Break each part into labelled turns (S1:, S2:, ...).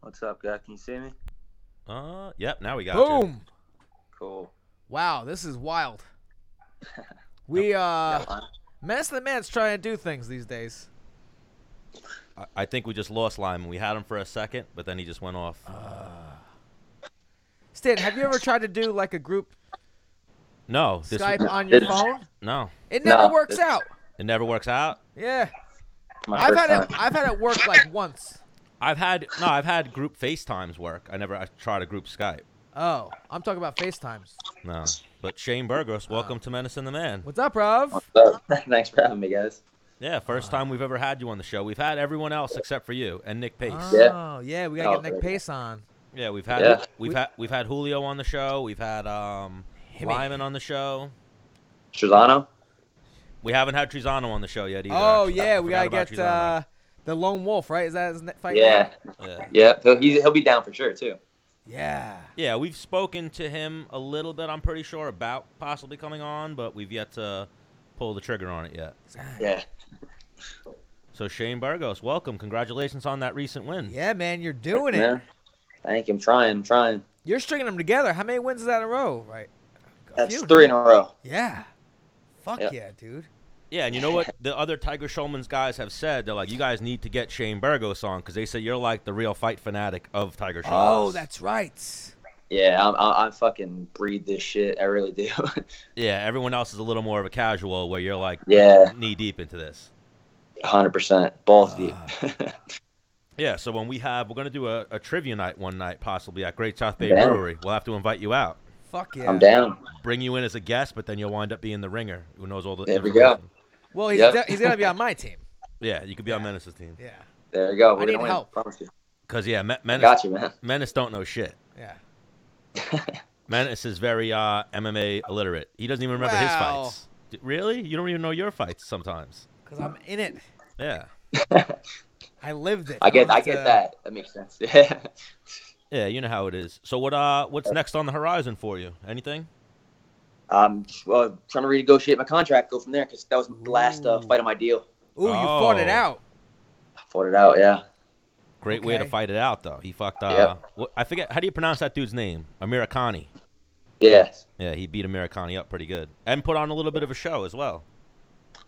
S1: What's up, guy? Can you see me?
S2: Uh, yep. Now we got you.
S3: Boom!
S1: Cool.
S3: Wow, this is wild. We uh, Menace to the man's trying to do things these days.
S2: I, I think we just lost Lyman. We had him for a second, but then he just went off.
S3: Uh, Stan, have you ever tried to do like a group
S2: no, this
S3: Skype on your
S1: It's-
S3: phone?
S2: no,
S3: It never
S1: No,
S3: works
S1: it's-
S3: out.
S2: it never works out.
S3: Yeah,
S1: My
S3: I've
S1: first
S3: had it.
S1: time.
S3: I've had it work like once.
S2: I've had no, I've had group FaceTimes work. I never I tried a group Skype.
S3: Oh, I'm talking about FaceTimes.
S2: No, but Shane
S3: Uh,
S2: Burgos, welcome to Menace and the Man.
S3: What's up, Rob?
S1: What's up? Thanks for having me, guys.
S2: Yeah, first
S3: Uh,
S2: time we've ever had you on the show. We've had everyone else except for you and Nick Pace.
S3: Oh, yeah, we gotta
S1: Oh,
S3: get Nick
S1: very
S3: Pace on.
S2: Yeah, we've had
S1: Yeah.
S2: we've
S3: We-
S2: had we've had Julio on the show. We've had um
S3: Himmy.
S2: Lyman on the show.
S1: Trezano?
S2: We haven't had Trizano on the show yet either.
S3: Oh
S2: actually.
S3: yeah,
S2: I
S3: we gotta
S2: forgot
S3: get
S2: about
S3: uh, the Lone Wolf, right? Is that his ne- fight?
S1: Yeah.
S2: Trizano. yeah.
S1: Yeah. He'll, he's, he'll be down for sure, too.
S3: Yeah.
S2: Yeah, we've spoken to him a little bit. I'm pretty sure about possibly coming on, but we've yet to pull the trigger on it yet.
S1: Yeah.
S2: So Shane Burgos, welcome. Congratulations on that recent win.
S3: Yeah, man, you're doing it.
S1: yeah. Thank you. I'm trying. I'm trying.
S3: You're stringing them together. How many wins is that in a row? Right. A
S1: That's
S3: few,
S1: three in
S3: dude.
S1: a row.
S3: Yeah. Fuck
S1: Yep.
S3: yeah, dude.
S2: Yeah, and you know what the other Tiger Showman's guys have said? They're like, you guys need to get Shane Burgos on because they say you're like the real fight fanatic of Tiger Showman's.
S3: Oh, that's right.
S1: Yeah, I'm, I, I fucking breed this shit. I really do.
S2: yeah. Everyone else is a little more of a casual where you're like
S1: yeah,
S2: knee deep into this.
S1: 100%. Both of you.
S3: Uh,
S2: Yeah, so when we have, we're gonna do a, a trivia night one night possibly at Great South Bay
S1: Yeah.
S2: Brewery. We'll have to invite you out,
S3: Fuck yeah.
S1: I'm down.
S2: bring you in as a guest, but then you'll wind up being the ringer who knows all the.
S1: There we go.
S2: information.
S3: Well, he's,
S1: Yep.
S3: de- he's gonna be on my team.
S2: Yeah, you could be on Menace's team.
S3: Yeah.
S1: There you go. We're
S3: I need
S1: gonna win.
S3: help.
S1: Promise you.
S2: Cause yeah, Me- Menace,
S1: Got you, man.
S2: Menace don't know shit.
S3: Yeah.
S2: Menace is very uh, MMA illiterate. He doesn't even remember his
S3: Wow.
S2: fights. D- Really? You don't even know your fights sometimes.
S3: Cause I'm in it.
S2: Yeah.
S3: I lived it.
S1: I get,
S3: don't
S1: I
S3: have to-
S1: get that. That makes sense. Yeah.
S2: Yeah, you know how it is. So what uh what's next on the horizon for you? Anything?
S1: I'm Um, well, trying to renegotiate my contract. Go from there because that was the last uh,
S3: Ooh.
S1: fight of my deal.
S3: Ooh, you fought it
S2: Oh.
S3: out.
S1: I fought it out. Yeah.
S2: Great way to
S3: Okay.
S2: fight it out though. He fucked uh wh- I forget how do you pronounce that dude's name? Amirakani.
S1: Yeah.
S2: Yeah, he beat Amirakani up pretty good. And put on a little bit of a show as well.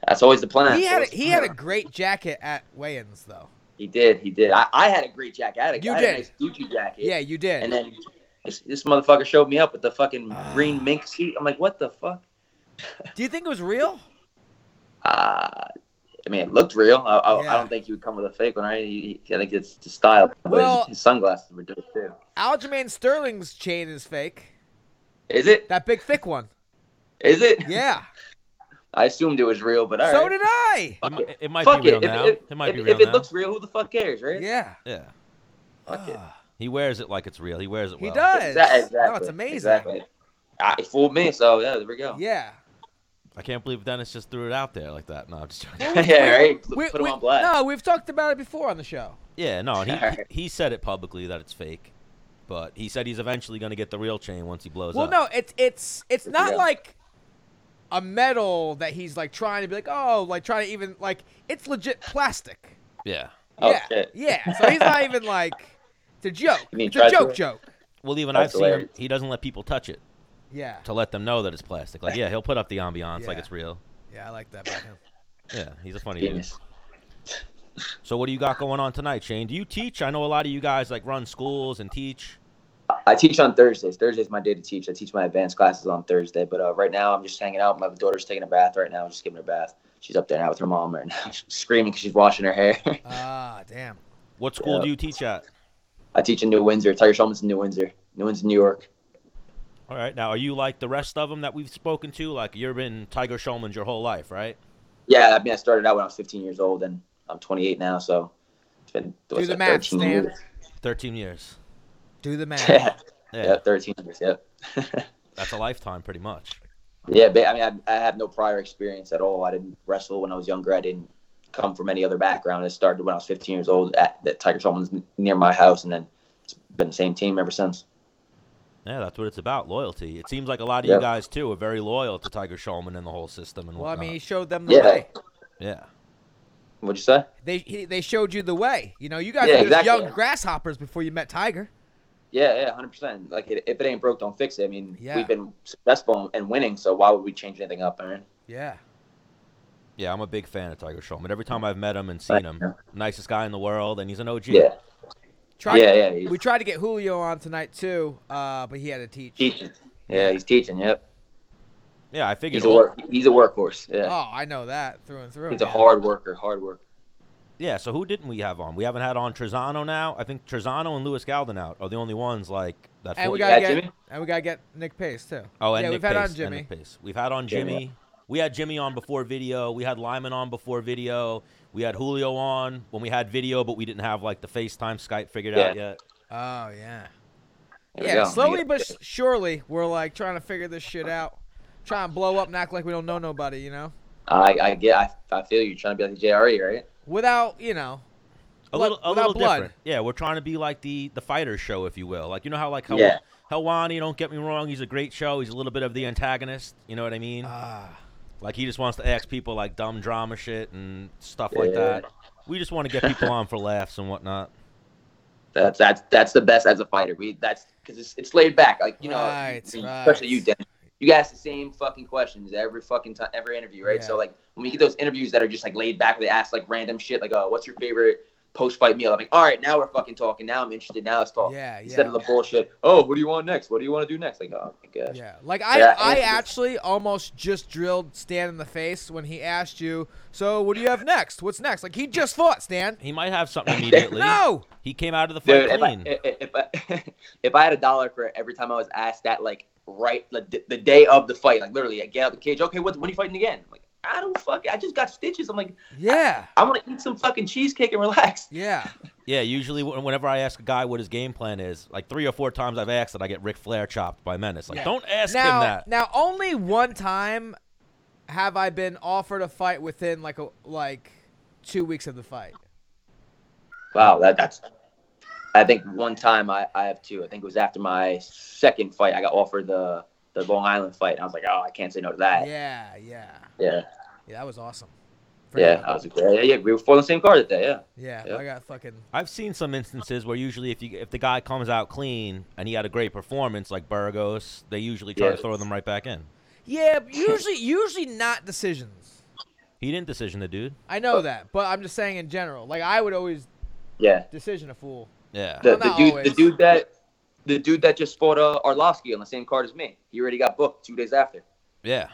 S1: That's always the plan.
S3: He had a,
S1: Always the
S3: he had a
S1: plan.
S3: great jacket at weigh-ins though.
S1: He did. He did. I, I had a great jacket. I had a,
S3: You
S1: I had a
S3: did.
S1: nice Gucci jacket.
S3: Yeah, you
S1: And
S3: did.
S1: then this, this motherfucker showed me up with the fucking
S3: Ah.
S1: green mink suit. I'm like, what the fuck?
S3: Do you think it was real?
S1: Uh, I mean, it looked real. I, I,
S3: Yeah.
S1: I don't think he would come with a fake one. Right? He, he, I think it's the style. But
S3: Well-
S1: his, his sunglasses were dope too.
S3: Aljamain Sterling's chain is fake.
S1: Is it?
S3: That big thick one.
S1: Is it?
S3: Yeah.
S1: I assumed it was real, but all
S3: so
S1: right.
S3: did I.
S2: It,
S1: Fuck
S2: mi-
S1: it.
S2: it might
S1: Fuck
S2: be real
S1: it.
S2: now.
S1: If, if,
S2: it might
S1: if,
S2: be real
S1: if it
S2: now.
S1: looks real, who the fuck cares, right?
S3: Yeah.
S2: yeah.
S1: Fuck it.
S3: Ah,
S2: He wears it like it's real. He wears it
S3: he
S2: well.
S3: does.
S1: Exactly. exactly.
S3: No, it's amazing.
S1: Exactly. Ah, he fooled me, so yeah, there we go.
S3: Yeah.
S2: I can't believe Dennis just threw it out there like that. No, I'm just joking.
S1: Yeah, right? Put him on blast.
S3: No, we've talked about it before on the show.
S2: Yeah, no, and he,
S1: Alright.
S2: he he said it publicly that it's fake, but he said he's eventually going to get the real chain once he blows
S3: well,
S2: up.
S3: no, it's it's it's not
S1: Yeah.
S3: like a metal that he's like trying to be like, oh, like trying to even like it's legit plastic.
S2: Yeah.
S1: Oh,
S3: yeah.
S1: shit.
S3: Yeah. So he's not even like it's a joke.
S1: You mean
S3: It's a
S1: try to-
S3: joke joke.
S2: Well, even
S1: That's
S2: I've seen him,
S1: hilarious.
S2: he doesn't let people touch it
S3: Yeah.
S2: to let them know that it's plastic. Like, yeah, he'll put up the ambiance like
S3: Yeah.
S2: it's real.
S3: Yeah, I like that about him.
S2: Yeah, he's a funny dude.
S1: Genius.
S2: So, what do you got going on tonight, Shane? Do you teach? I know a lot of you guys like run schools and teach.
S1: I teach on Thursdays. Thursday's my day to teach. I teach my advanced classes on Thursday, but uh, right now I'm just hanging out. My daughter's taking a bath right now. I'm just giving her a bath. She's up there now with her mom right now, She's screaming because she's washing her hair.
S3: Ah, damn.
S2: What school
S1: Yeah.
S2: do you teach at?
S1: I teach in New Windsor. Tiger Shulman's in New Windsor. New Windsor, New York.
S2: All right, now are you like the rest of them that we've spoken to? Like, you've been Tiger Showman's your whole life, right?
S1: Yeah, I mean, I started out when I was 15 years old, and I'm 28 now, so it's been what's
S3: the
S1: that,
S3: math,
S1: 13
S3: Stan.
S1: years.
S2: Thirteen years.
S3: Do the math.
S1: yeah,
S2: Yeah,
S1: yeah, 13 years. Yep.
S2: that's a lifetime, pretty much.
S1: Yeah, ba- I mean, I, I have no prior experience at all. I didn't wrestle when I was younger. I didn't come from any other background. It started when I was 15 years old at that Tiger Shulman's n- near my house, and then it's been the same team ever since.
S2: Yeah, that's what it's about, loyalty. It seems like a lot of
S1: Yeah.
S2: you guys too are very loyal to Tiger Shulman and the whole system and
S3: Well, I
S2: whatnot.
S3: mean, he showed them the
S1: Yeah.
S3: way.
S2: yeah.
S1: What'd you say?
S3: They he, they showed you the way. You know, you guys
S1: Yeah,
S3: were just
S1: exactly.
S3: young grasshoppers before you met Tiger.
S1: Yeah, yeah, hundred percent. Like it, if it ain't broke, don't fix it. I mean,
S3: Yeah.
S1: we've been successful and winning, so why would we change anything up, man?
S3: Yeah.
S2: Yeah, I'm a big fan of Tiger Schulman. Every time I've met him and seen him, nicest guy in the world, and he's an OG.
S1: Yeah,
S3: Tried,
S1: yeah, yeah. He's
S3: We tried to get Julio on tonight too, uh, but he had to teach.
S1: teaching. Yeah, he's teaching. Yep.
S2: Yeah, I figured.
S1: He's a work. He's a workhorse. Yeah.
S3: Oh, I know that through and through.
S1: He's a
S3: man.
S1: hard worker. Hard worker.
S2: Yeah, so who didn't we have on? We haven't had on Trezano now. I think Trezano and Lewis Galden out are the only ones like that.
S3: And
S2: fully-
S3: we
S1: got
S3: gotta
S1: Yeah,
S3: get
S1: Jimmy?
S3: and we gotta get Nick Pace too.
S2: oh, and
S3: yeah,
S2: Nick
S3: we've had
S2: Pace,
S3: on
S2: and
S3: Jimmy.
S2: Nick Pace. We've had on Jimmy. We had Jimmy on before video. We had Lyman on before video. We had Julio on when we had video, but we didn't have like the FaceTime Skype figured out yet.
S3: Oh yeah.
S1: There we
S3: yeah,
S1: go.
S3: slowly
S1: Yeah.
S3: but s- surely we're like trying to figure this shit out. Try and blow up and act like we don't know nobody, you know?
S1: I, I get. I, I feel you. Trying to be like the JRE, right?
S3: Without, you know,
S2: A
S3: Blood-
S2: little, a
S3: without
S2: little
S3: blood.
S2: different. Yeah, we're trying to be like the the fighter show, if you will. Like you know how like Hel-
S1: Yeah.
S2: Helwani. Don't get me wrong, he's a great show. He's a little bit of the antagonist. You know what I mean?
S3: ah,
S2: Like he just wants to ask people like dumb drama shit and stuff like
S1: Yeah.
S2: that. We just want to get people on for laughs and whatnot.
S1: That's that's that's the best as a fighter. We that's because it's, it's laid back. Like you know,
S3: Right,
S1: I mean,
S3: right.
S1: especially you, Dennis. You ask the same fucking questions every fucking time, every interview, right?
S3: Yeah.
S1: So like when we get those interviews that are just like laid back, where they ask like random shit, like, "Oh, what's your favorite post-fight meal?" I'm like, "All right, now we're fucking talking. Now I'm interested. Now let's talk."
S3: yeah,
S1: Instead
S3: yeah.
S1: of the bullshit. Oh, what do you want next? What do you want to do next? Like, oh my gosh.
S3: Yeah, like I,
S1: Yeah,
S3: I
S1: and-
S3: actually almost just drilled Stan in the face when he asked you. So what do you have next? What's next? Like he just fought Stan.
S2: He might have something immediately.
S3: No,
S2: He came out of the fight
S1: Dude, if I,
S2: clean.
S1: if, I, if I had a dollar for every time I was asked that, like right like, the, the day of the fight, like literally, I get out the cage. Okay, what, when are you fighting again? I'm like, I don't fuck. I just got stitches. I'm like,
S3: yeah,
S1: I want to eat some fucking cheesecake and relax.
S3: yeah,
S2: yeah, usually wh- whenever I ask a guy what his game plan is, like three or four times I've asked it, I get Ric Flair chopped by Menace. Like,
S3: Yeah.
S2: don't ask him
S3: now,
S2: that.
S3: now only one time have I been offered a fight within like a like two weeks of the fight.
S1: Wow, that, that's. I think one time I, I have two. I think it was after my second fight. I got offered the the Long Island fight, and I was like, oh, I can't say no to that.
S3: Yeah, yeah,
S1: Yeah,
S3: yeah. That was awesome.
S1: yeah. I was like, yeah, yeah, yeah. We were following the same card that day. Yeah.
S3: yeah,
S1: Yep.
S3: I got fucking
S2: I've seen some instances where usually if you if the guy comes out clean and he had a great performance, like Burgos, they usually try
S1: Yeah.
S2: to throw them right back in.
S3: yeah. but Usually, usually not decisions.
S2: He didn't decision the dude.
S3: I know that, but I'm just saying in general. Like I would always
S1: Yeah.
S3: decision a fool.
S2: Yeah.
S1: The,
S3: Well, not
S1: the dude,
S3: always.
S1: the dude that. The dude that just fought uh, Arlovsky on the same card as me, he already got booked two days after.
S2: Yeah.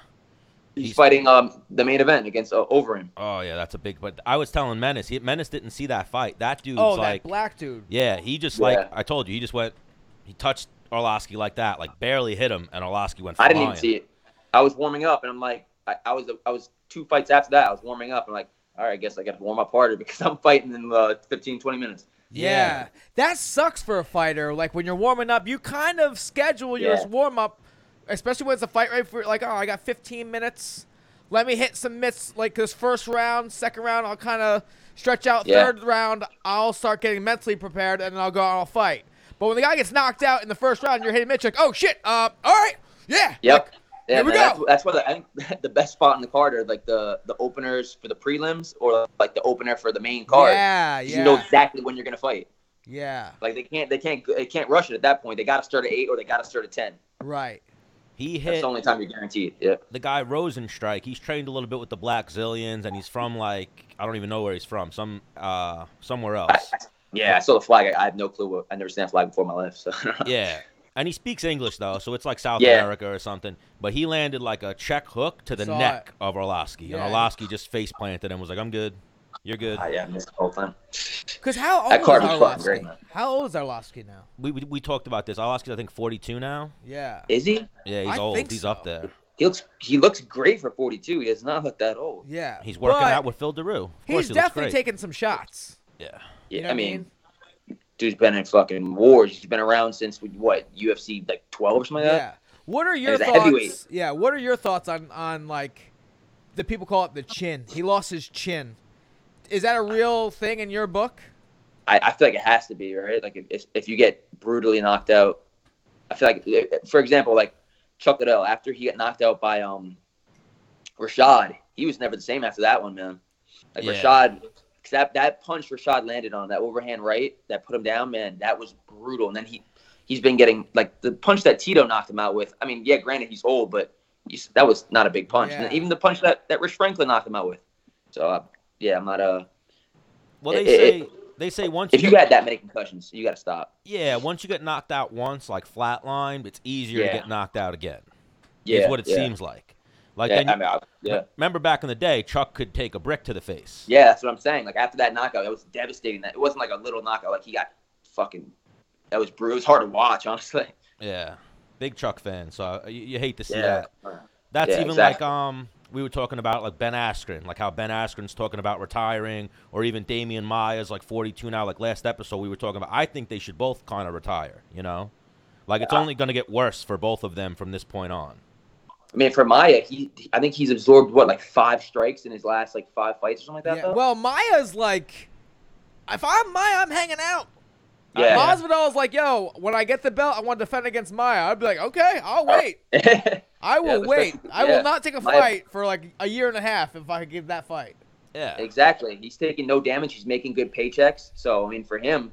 S1: He's,
S2: He's-
S1: fighting um the main event against uh, Overeem.
S2: Oh yeah, that's a big. But I was telling Menace, he, Menace didn't see that fight. That dude's
S3: Oh,
S2: like,
S3: that black dude.
S2: yeah, he just
S1: Yeah.
S2: like I told you, he just went, he touched Orlovsky like that, like barely hit him, and Orlovsky went.
S1: I
S2: Flying.
S1: didn't even see it. I was warming up, and I'm like, I, I was I was two fights after that. I was warming up, and like, all right, I guess I got to warm up harder because I'm fighting in uh, 15, 20 minutes.
S3: Yeah. That sucks for a fighter. Like when you're warming up, you kind of schedule your
S1: Yeah.
S3: warm up, especially when it's a fight right for like, oh, I got 15 minutes. Let me hit some mitts like this first round, second round, I'll kind of stretch out.
S1: Yeah.
S3: Third round, I'll start getting mentally prepared and then I'll go out and I'll fight. But when the guy gets knocked out in the first round, you're hitting mitts like, oh shit, uh, all right, yeah.
S1: Yep.
S3: Like,
S1: Yeah,
S3: here we
S1: man, that's,
S3: go.
S1: that's why the, I think the best spot in the card are like the the openers for the prelims or like the opener for the main card.
S3: Yeah,
S1: 'Cause You know
S3: yeah,
S1: exactly when you're gonna fight.
S3: yeah.
S1: Like they can't they can't they can't rush it at that point. They got to start at eight or they got to start at ten.
S3: Right.
S2: He
S1: That's
S2: hit
S1: the only time you're guaranteed. Yeah.
S2: the guy Rosenstrike. He's trained a little bit with the Black Zillions, and he's from like I don't even know where he's from, some uh somewhere else.
S1: Yeah, I saw the flag. I, I have no clue. What, I never seen that flag before in my life. So I don't know.
S2: Yeah. And he speaks English though, so it's like South
S1: Yeah.
S2: America or something. But he landed like a check hook to the
S3: Saw
S2: neck of Orlovsky,
S3: Yeah.
S2: and Orlovsky just face planted and was like, "I'm good, you're good."
S1: Ah, yeah, I missed the whole thing.
S3: Because how old
S1: That
S3: is
S1: card was fucking great,
S3: Arlovsky?
S1: man.
S3: How old is Arlovsky now?
S2: We, we we talked about this. Orlovsky's I think 42 now.
S3: Yeah.
S1: Is he?
S2: Yeah, he's
S3: I
S2: old.
S3: think
S2: He's
S3: so.
S2: up there.
S1: He looks he looks great for 42. He does not look that old.
S3: Yeah.
S2: He's working
S3: but
S2: out with Phil DeRue. Of course
S3: He's
S2: he looks
S3: definitely
S2: great.
S3: taking some shots.
S2: Yeah.
S1: Yeah,
S3: You know
S1: I
S3: what
S1: mean, dude's been in fucking wars. He's been around since what UFC like 12 or something like that.
S3: yeah. What are your
S1: he's a heavyweight.
S3: thoughts? Yeah. What are your thoughts on on like the people call it the chin? He lost his chin. Is that a real thing in your book?
S1: I, I feel like it has to be right. Like if if you get brutally knocked out, I feel like for example, like Chuck Liddell after he got knocked out by um Rashad, he was never the same after that one, man. Like
S2: Yeah.
S1: Rashad because that, that punch Rashad landed on that overhand right that put him down, man, that was brutal. And then he he's been getting like the punch that Tito knocked him out with. I mean, yeah, granted he's old, but he's, that was not a big punch.
S3: Yeah.
S1: And even the punch that that Rich Franklin knocked him out with. So uh, yeah, I'm not uh
S2: Well, they
S1: It-
S2: say
S1: it-
S2: they say once
S1: if
S2: you
S1: you
S2: get,
S1: had that many concussions, you got to stop.
S2: yeah, once you get knocked out once, like flatlined, it's easier
S1: Yeah.
S2: to get knocked out again.
S1: Yeah,
S2: is what it
S1: yeah,
S2: seems like. Like
S1: yeah,
S2: then you,
S1: I mean, I- yeah.
S2: remember back in the day, Chuck could take a brick to the face.
S1: Yeah, that's what I'm saying. Like after that knockout, it was devastating. That it wasn't like a little knockout. Like he got fucking. That was brutal. It was hard to watch, honestly.
S2: Yeah. Big Chuck fan, so uh, you, you hate to see
S1: Yeah.
S2: that. That's
S1: Yeah,
S2: even
S1: exactly.
S2: like um we were talking about like Ben Askren, like how Ben Askren's talking about retiring, or even Damian Maya's like 42 now. Like last episode, we were talking about. I think they should both kind of retire. You know, like it's only going to get worse for both of them from this point on.
S1: I mean, for Maya, he I think he's absorbed what like five strikes in his last like five fights or something like that.
S3: Yeah,
S1: though?
S3: well, Maya's like, if I'm Maya, I'm hanging out. Uh,
S1: Yeah.
S3: Masvidal's like, yo, when I get the belt, I want to defend against Maya. I'd be like, okay, I'll wait. I will
S1: but
S3: wait.
S1: especially-
S3: I
S1: yeah,
S3: will not take a
S1: Maya-
S3: fight for like a year and a half if I could give that fight.
S2: Yeah,
S1: exactly. He's taking no damage. He's making good paychecks. So I mean, for him,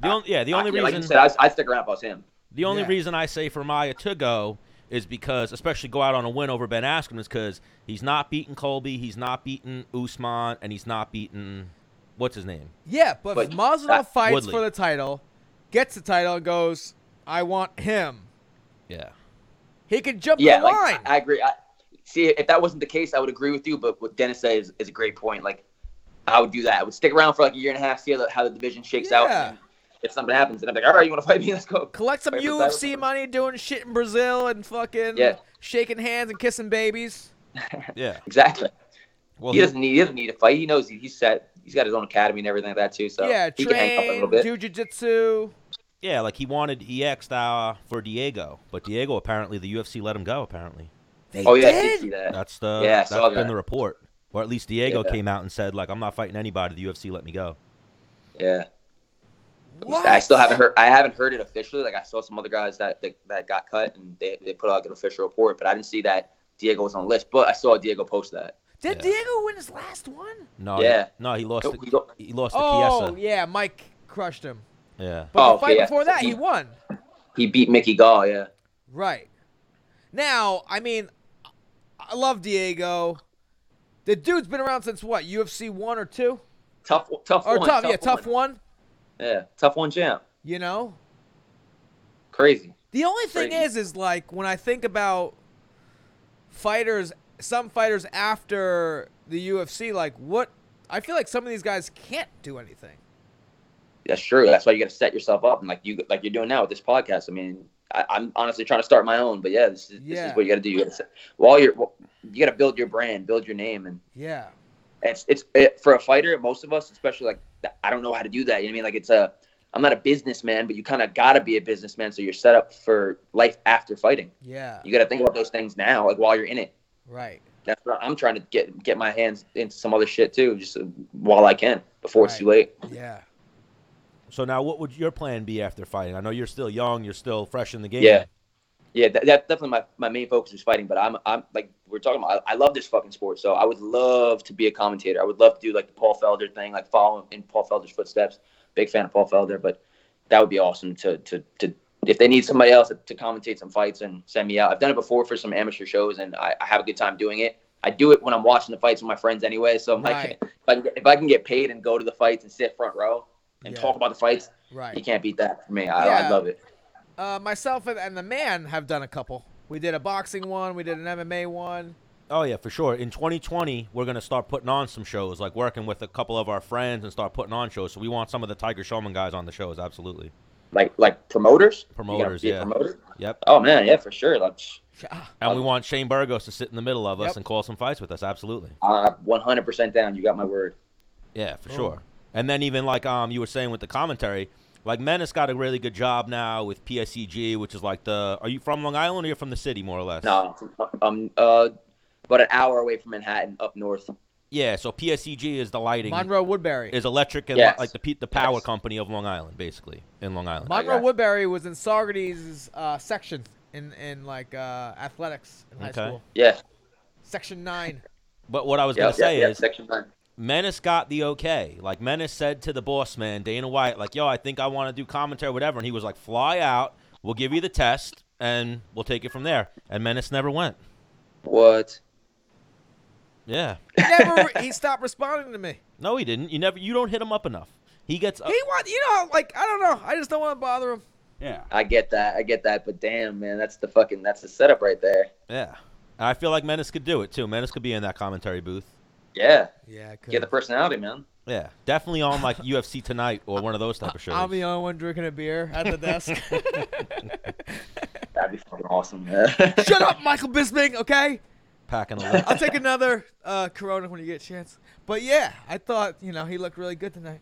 S2: the only yeah the
S1: I-
S2: only
S1: yeah, like you
S2: reason
S1: said, I, I'd stick around if I was him.
S2: The only
S3: Yeah.
S2: reason I say for Maya to go is because, especially go out on a win over Ben Askren, is because he's not beating Colby, he's not beating Usman, and he's not beating what's his name.
S3: Yeah, but,
S1: But
S3: if Masvidal
S1: that-
S3: fights
S2: Woodley.
S3: for the title, gets the title, and goes, I want him.
S2: Yeah,
S3: He could jump
S1: Yeah,
S3: the
S1: like,
S3: line.
S1: I, I agree. I, see, if that wasn't the case, I would agree with you. But what Dennis said is, is a great point. Like, I would do that. I would stick around for like a year and a half, see how the, how the division shakes out.
S3: Yeah.
S1: And then if something happens, and I'm like, all right, you want to fight me? Let's go.
S3: Collect some
S1: Wait, but that
S3: UFC
S1: was-
S3: money, doing shit in Brazil and fucking
S1: Yeah.
S3: shaking hands and kissing babies.
S2: yeah.
S1: Exactly.
S2: Well,
S1: he
S2: he-
S1: doesn't need. He doesn't need a fight. He knows he, he's set. He's got his own academy and everything like that too. So
S3: yeah,
S1: he
S3: train,
S1: can hang up a little bit.
S3: do jujitsu.
S2: yeah, like he wanted he asked uh, for Diego, but Diego apparently the UFC let him go. Apparently,
S3: They
S1: oh yeah, I did
S3: did.
S1: see that.
S2: that's the
S1: Yeah, I
S2: that's
S1: saw
S2: been
S1: that.
S2: the report, or at least Diego
S1: Yeah.
S2: came out and said like I'm not fighting anybody. The UFC let me go.
S1: Yeah,
S3: What?
S1: I still haven't heard. I haven't heard it officially. Like I saw some other guys that that, that got cut and they, they put out like, an official report, but I didn't see that Diego was on the list. But I saw Diego post that.
S3: Did
S2: Yeah.
S3: Diego win his last one?
S2: No,
S1: Yeah.
S2: no, he lost.
S1: Oh,
S2: the-
S1: we don't-
S2: he lost to
S3: Oh
S2: Chiesa.
S3: yeah, Mike crushed him.
S2: Yeah,
S3: But
S1: Oh,
S3: the
S1: okay,
S3: fight
S1: yeah.
S3: before that, he
S1: Yeah.
S3: won.
S1: He beat Mickey Gall. Yeah,
S3: Right. Now, I mean, I love Diego. The dude's been around since what? UFC one or two?
S1: tough, tough
S3: Or
S1: one.
S3: tough? yeah, tough one.
S1: Yeah, tough one champ.
S3: You know,
S1: Crazy.
S3: The only thing
S1: Crazy.
S3: is, is like when I think about fighters, some fighters after the UFC, like what I feel like some of these guys can't do anything.
S1: That's true. That's why you got to set yourself up and like you like you're doing now with this podcast. I mean, I, I'm honestly trying to start my own, but yeah, this is this
S3: Yeah.
S1: is what you got to do. You got to set. While you're, you got to build your brand, build your name, and
S3: Yeah,
S1: it's it's it, for a fighter. Most of us, especially like th- I don't know how to do that. You know what I mean? Like it's a I'm not a businessman, but you kind of got to be a businessman so you're set up for life after fighting.
S3: yeah,
S1: You got to think about those things now, like while you're in it.
S3: right.
S1: That's what I'm trying to get get my hands into some other shit too, just uh, while I can before it's too late.
S3: Yeah,
S2: So now, what would your plan be after fighting? I know you're still young, you're still fresh in the game.
S1: Yeah. Yeah, that, that's definitely my, my main focus is fighting. But I'm I'm like we're talking about. I, I love this fucking sport, so I would love to be a commentator. I would love to do like the Paul Felder thing, like follow in Paul Felder's footsteps. Big fan of Paul Felder, but that would be awesome to to to if they need somebody else to commentate some fights and send me out. I've done it before for some amateur shows, and I, I have a good time doing it. I do it when I'm watching the fights with my friends anyway. So I'm
S3: Right.
S1: like, if I, can get, if I can get paid and go to the fights and sit front row and
S3: Yeah.
S1: talk about the fights, you
S3: right.
S1: can't beat that for me. I,
S3: Yeah.
S1: I love it.
S3: Uh, myself and, and the man have done a couple. We did a boxing one. We did an MMA one.
S2: Oh yeah, for sure. In 2020, we're gonna start putting on some shows, like working with a couple of our friends and start putting on shows. So we want some of the Tiger Showman guys on the shows, absolutely.
S1: Like like promoters, You gotta
S2: Promoters,
S1: be a
S2: yeah.
S1: promoter?
S2: Yep.
S1: Oh man, yeah, for sure. Like
S3: Yeah.
S2: And we want Shane Burgos to sit in the middle of us
S3: Oh. Yep.
S2: and call some fights with us, absolutely.
S1: uh, 100% down. You got my word.
S2: Yeah, for
S3: Boom.
S2: sure. And then even like um you were saying with the commentary, like Menace got a really good job now with PSCG, which is like the are you from Long Island or you're from the city more or less?
S1: No, um, uh, about an hour away from Manhattan, up north.
S2: Yeah, so PSCG is the lighting
S3: Monroe Woodbury.
S2: is electric and
S1: Yes.
S2: like the pe- the power
S1: Yes.
S2: company of Long Island, basically in Long Island.
S1: I
S3: Monroe
S1: got-
S3: Woodbury was in Saugerties' uh, section in in like uh, athletics in high
S2: Okay.
S3: school.
S1: Yeah.
S3: Section nine.
S2: But what I was
S1: Yeah.
S2: gonna
S1: yeah,
S2: say
S1: yeah,
S2: is
S1: section nine.
S2: Menace got the okay. Like Menace said to the boss man, Dana White, like, yo, I think I want to do commentary, whatever. And he was like, fly out, we'll give you the test, and we'll take it from there. And Menace never went.
S1: What?
S2: Yeah.
S3: He never he stopped responding to me.
S2: No, he didn't. You never you don't hit him up enough. He gets
S1: Uh,
S2: up
S3: He want you know like I don't know. I just don't want to bother him.
S4: Yeah.
S1: I get that. I get that. But damn, man, that's the fucking that's the setup right there.
S2: Yeah. And I feel like Menace could do it too. Menace could be in that commentary booth.
S1: Yeah,
S3: Yeah, I could.
S1: get the personality, man.
S2: Yeah. Definitely on like UFC Tonight or one of those type of shows.
S3: I'm the only one drinking a beer at the desk.
S1: That'd be fucking awesome. man.
S3: Shut up, Michael Bisping. Okay,
S2: Packing a lip.
S3: I'll take another uh, Corona when you get a chance. But yeah, I thought you know he looked really good tonight.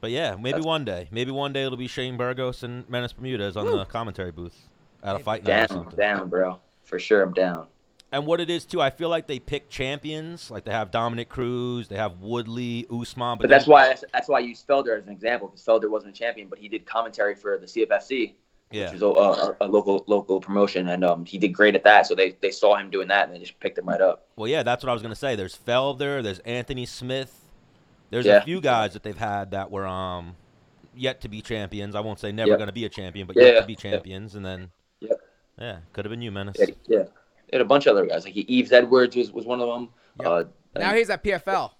S2: But yeah, maybe one day. Maybe one day it'll be Shane Burgos and Menace Bermudez on the commentary booth at a fight night or
S1: down,
S2: something.
S1: down, bro. For sure, I'm down.
S2: And what it is too, I feel like they pick champions. Like they have Dominic Cruz, they have Woodley, Usman. But,
S1: But, that's
S2: then-
S1: why that's why I used Felder as an example because Felder wasn't a champion, but he did commentary for the CFFC,
S2: Yeah.
S1: which was a, a, a local local promotion, and um, he did great at that. So they, they saw him doing that and they just picked him right up.
S2: Well, yeah, that's what I was gonna say. There's Felder, there's Anthony Smith, there's a
S1: Yeah.
S2: few guys that they've had that were um yet to be champions. I won't say never
S1: Yeah.
S2: gonna be a champion, but
S1: Yeah,
S2: yet
S1: yeah,
S2: to be
S1: yeah.
S2: champions, and then
S1: Yeah.
S2: yeah, could have been you, Menace.
S1: Yeah, yeah. They had a bunch of other guys like he, Eves Edwards was, was one of them.
S3: Yeah.
S1: Uh,
S3: Now he's at PFL.